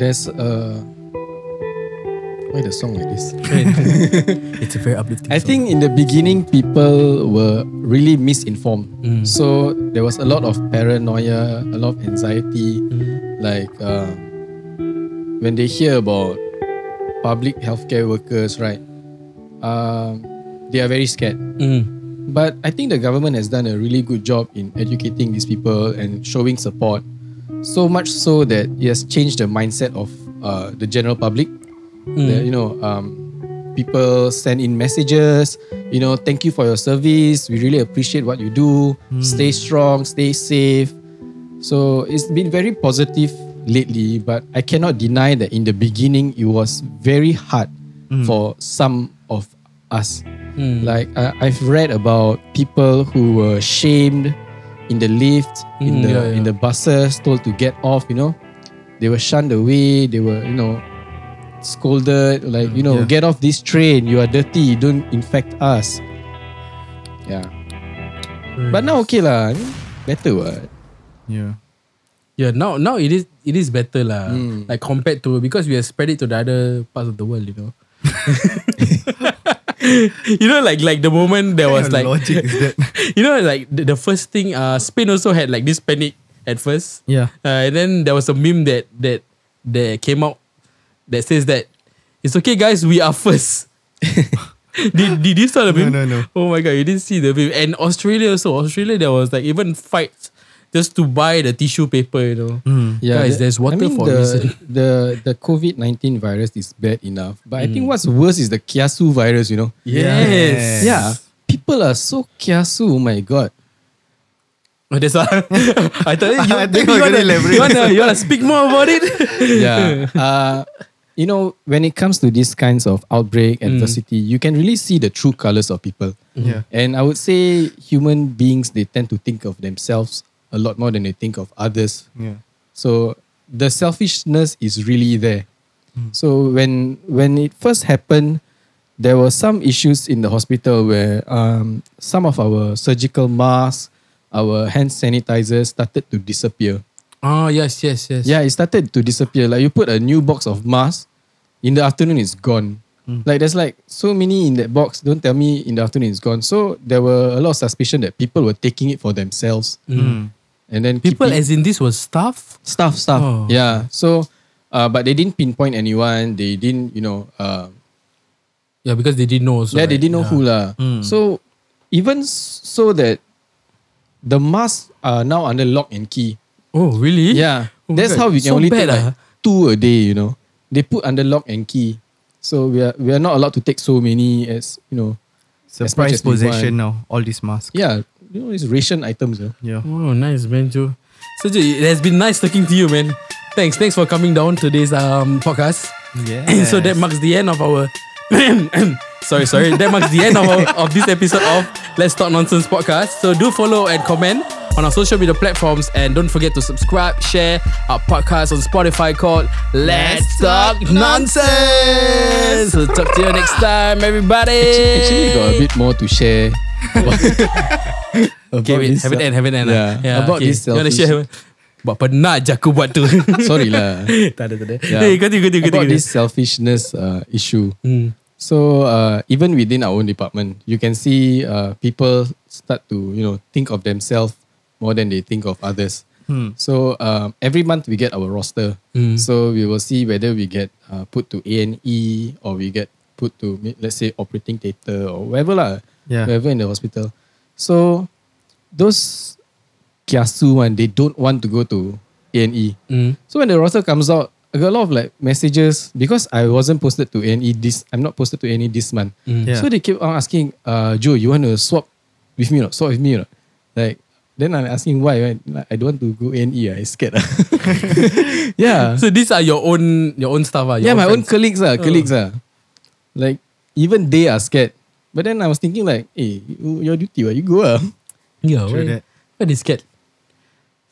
[SPEAKER 2] there's a. Why the song like this?
[SPEAKER 4] it's a very uplifting.
[SPEAKER 2] I think in the beginning, people were really misinformed.
[SPEAKER 4] Mm.
[SPEAKER 2] So there was a lot of paranoia, a lot of anxiety.
[SPEAKER 5] Mm.
[SPEAKER 2] Like uh, when they hear about public healthcare workers, right? Um, they are very scared.
[SPEAKER 4] Mm.
[SPEAKER 2] But I think the government has done a really good job in educating these people and showing support. So much so that it has changed the mindset of uh, the general public. That, you know, um, people send in messages, you know, thank you for your service. We really appreciate what you do. Stay strong, stay safe. So it's been very positive lately, but I cannot deny that in the beginning it was very hard for some of us.
[SPEAKER 4] mm.
[SPEAKER 2] Mm. Like I I've read about people who were shamed in the lift, in
[SPEAKER 4] Mm,
[SPEAKER 2] the
[SPEAKER 4] yeah,
[SPEAKER 2] in the buses, told to get off. You know, they were shunned away. They were you know scolded, like you
[SPEAKER 5] yeah.
[SPEAKER 2] know, get off this train. You are dirty. You don't infect us. Yeah,
[SPEAKER 4] Mm.
[SPEAKER 2] but now okay lah. I mean, Better what?
[SPEAKER 5] Yeah.
[SPEAKER 4] yeah, now now it is it is better lah.
[SPEAKER 2] Mm.
[SPEAKER 4] Like compared to because we have spread it to the other parts of the world, you know. you know, like like the moment there was
[SPEAKER 5] What kind
[SPEAKER 4] like
[SPEAKER 5] of logic is that?
[SPEAKER 4] you know, like the, the first thing, uh, Spain also had like this panic at first,
[SPEAKER 5] yeah.
[SPEAKER 4] uh, and then there was a meme that that that came out that says that it's okay, guys, we are first. did, did you saw the
[SPEAKER 5] No,
[SPEAKER 4] meme?
[SPEAKER 5] no, no.
[SPEAKER 4] Oh my god, you didn't see the meme. And Australia also, Australia there was like even fights just to buy the tissue paper, you know.
[SPEAKER 5] Hmm.
[SPEAKER 4] Mm. guys,
[SPEAKER 2] the-
[SPEAKER 4] there's water
[SPEAKER 2] I mean,
[SPEAKER 4] for a
[SPEAKER 2] the,
[SPEAKER 4] reason.
[SPEAKER 2] The the COVID nineteen virus is bad enough, but I think what's worse is the Kiasu virus. You know.
[SPEAKER 4] Mm. Yes.
[SPEAKER 2] Yeah, people are so kiasu. Oh my god.
[SPEAKER 4] Oh, that's why I thought you,
[SPEAKER 5] I think
[SPEAKER 4] maybe
[SPEAKER 5] we're
[SPEAKER 4] you,
[SPEAKER 5] gonna
[SPEAKER 4] wanna,
[SPEAKER 5] elaborate.
[SPEAKER 4] you, wanna, you wanna speak more about it?
[SPEAKER 2] Yeah. uh, you know, when it comes to these kinds of outbreak adversity, you can really see the true colors of people.
[SPEAKER 5] Yeah.
[SPEAKER 2] And I would say human beings they tend to think of themselves a lot more than they think of others.
[SPEAKER 5] Yeah.
[SPEAKER 2] So the selfishness is really there. So when when it first happened, there were some issues in the hospital where um, some of our surgical masks, our hand sanitizers started to disappear.
[SPEAKER 4] oh yes, yes, yes.
[SPEAKER 2] Yeah, it started to disappear. Like you put a new box of masks, in the afternoon it's gone.
[SPEAKER 4] Hmm.
[SPEAKER 2] Like there's like so many in that box. Don't tell me in the afternoon it's gone. So there were a lot of suspicion that people were taking it for themselves,
[SPEAKER 5] Mm.
[SPEAKER 2] and then
[SPEAKER 4] People
[SPEAKER 2] keeping-
[SPEAKER 4] as in this was staff.
[SPEAKER 2] stuff stuff.
[SPEAKER 4] Oh,
[SPEAKER 2] yeah. So, uh, but they didn't pinpoint anyone. They didn't, you know, uh,
[SPEAKER 4] Yeah, because they didn't know also.
[SPEAKER 2] yeah,
[SPEAKER 4] right?
[SPEAKER 2] they didn't know who lah.
[SPEAKER 4] Hmm.
[SPEAKER 5] Mm.
[SPEAKER 2] So even s- so that the masks are now under lock and key.
[SPEAKER 4] Oh, really?
[SPEAKER 2] Yeah.
[SPEAKER 4] Oh my
[SPEAKER 2] That's
[SPEAKER 4] God.
[SPEAKER 2] how we can
[SPEAKER 4] So
[SPEAKER 2] only
[SPEAKER 4] bad,
[SPEAKER 2] take like
[SPEAKER 4] ah.
[SPEAKER 2] two a day, you know. They put under lock and key. So we are we are not allowed to take so many as you know. As much
[SPEAKER 5] Surprise
[SPEAKER 2] as we
[SPEAKER 5] possession now. All these masks.
[SPEAKER 2] Yeah. You know, it's ration items, you know.
[SPEAKER 5] Yeah.
[SPEAKER 4] Oh, nice, man, Joe. So, Joe, it has been nice talking to you, man. Thanks, thanks for coming down today's um podcast.
[SPEAKER 5] Yes.
[SPEAKER 4] so that marks the end of our. sorry, sorry. That marks the end of, our, of this episode of Let's Talk Nonsense podcast. So do follow and comment on our social media platforms, and don't forget to subscribe, share our podcast on Spotify called Let's Talk Nonsense. So talk to you next time, everybody.
[SPEAKER 2] Actually, got a bit more to share. about
[SPEAKER 4] Okay, wait,
[SPEAKER 2] this
[SPEAKER 4] have it
[SPEAKER 2] self-
[SPEAKER 4] end, have it end.
[SPEAKER 2] Yeah.
[SPEAKER 4] ah. Yeah,
[SPEAKER 2] About
[SPEAKER 4] okay.
[SPEAKER 2] this
[SPEAKER 4] You wanna
[SPEAKER 2] selfish-
[SPEAKER 4] share? Buat penat je aku buat tu.
[SPEAKER 2] Sorry lah.
[SPEAKER 4] tak ada, tak ada.
[SPEAKER 2] Yeah.
[SPEAKER 4] Eh, continue, continue,
[SPEAKER 2] about
[SPEAKER 4] continue.
[SPEAKER 2] this selfishness uh, issue.
[SPEAKER 4] Hmm.
[SPEAKER 2] So uh, even within our own department, you can see uh, people start to you know think of themselves more than they think of others.
[SPEAKER 4] Hmm.
[SPEAKER 2] So um, every month we get our roster.
[SPEAKER 5] Mm.
[SPEAKER 2] So we will see whether we get uh, put to A and E or we get put to ma- let's say operating theater or wherever lah,
[SPEAKER 5] Yeah.
[SPEAKER 2] wherever in the hospital. So those kiasu one they don't want to go to A and E.
[SPEAKER 4] Hmm.
[SPEAKER 2] So when the roster comes out, I got a lot of like messages because I wasn't posted to any this. I'm not posted to any this month.
[SPEAKER 4] hmm.
[SPEAKER 5] Yeah.
[SPEAKER 2] So they keep on asking, uh, Joe, you want to swap with me or not? Swap with me or not? Like then I'm asking why? right? Like, I don't want to go NE. I scared. ah.
[SPEAKER 5] Uh.
[SPEAKER 2] yeah,
[SPEAKER 4] So these are your own your own stuff. ah, your
[SPEAKER 2] yeah. My own
[SPEAKER 4] friends.
[SPEAKER 2] colleagues are colleagues are like even they are scared. But then I was thinking like, hey, you- your duty, where you go? ah.
[SPEAKER 4] Yeah,
[SPEAKER 5] True
[SPEAKER 4] why,
[SPEAKER 5] that.
[SPEAKER 4] why they scared?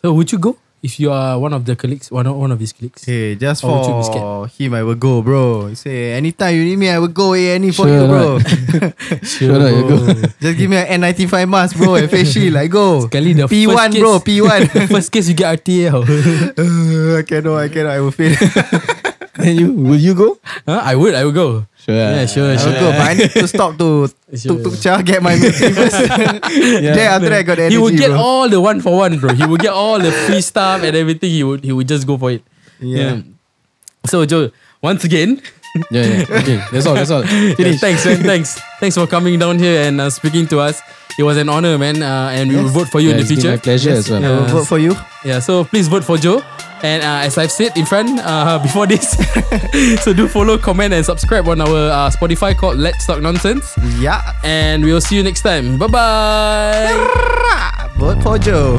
[SPEAKER 4] So would you go if you are one of the colleagues, one of, one of his colleagues?
[SPEAKER 5] Hey, just
[SPEAKER 4] Or would you be
[SPEAKER 5] for him, I will go, bro. You say anytime you need me, I will go. Eh, any for
[SPEAKER 2] Sure
[SPEAKER 5] you,
[SPEAKER 2] or
[SPEAKER 5] bro. Oh.
[SPEAKER 2] Sure, lah, you go.
[SPEAKER 5] just give me an N95 mask, bro, and face shield. I go.
[SPEAKER 4] Sekali the
[SPEAKER 5] P1,
[SPEAKER 4] first case,
[SPEAKER 5] bro.
[SPEAKER 4] the
[SPEAKER 5] P1.
[SPEAKER 4] first case you get RTA. how?
[SPEAKER 5] Uh, I cannot. I cannot. I will fail.
[SPEAKER 2] Then you will you go?
[SPEAKER 4] huh? I would, I would go.
[SPEAKER 2] Sure. ah.
[SPEAKER 4] Yeah, sure,
[SPEAKER 5] I will
[SPEAKER 4] sure.
[SPEAKER 5] go, but I need to stop to
[SPEAKER 4] Sure.
[SPEAKER 5] tuk tuk cha get my milk tea first. Then after that, I got the energy,
[SPEAKER 4] he would get
[SPEAKER 5] bro.
[SPEAKER 4] all the one for one, bro. He would get all the free stuff and everything. He would he would just go for it. Hmm.
[SPEAKER 5] Yeah.
[SPEAKER 4] So Joe, once again,
[SPEAKER 2] Yeah, yeah. Okay, that's all. That's all. Finish.
[SPEAKER 4] thanks, man, thanks, thanks for coming down here and uh, speaking to us. It was an honor, man, uh, and we will vote for you
[SPEAKER 2] Yeah,
[SPEAKER 4] in the
[SPEAKER 2] it's been
[SPEAKER 4] future.
[SPEAKER 2] my pleasure as well.
[SPEAKER 5] I will vote for you.
[SPEAKER 4] Yeah, so please vote for Joe. And uh, as I've said in front uh, before this, so do follow, comment, and subscribe on our uh, Spotify called Let's Talk Nonsense.
[SPEAKER 5] Yeah.
[SPEAKER 4] And we'll see you next time. Bye bye.
[SPEAKER 5] Vote for Joe.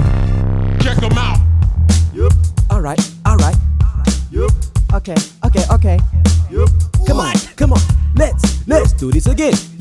[SPEAKER 3] Alright, alright. Okay, okay, okay. Come on, come on. Let's let's do this again.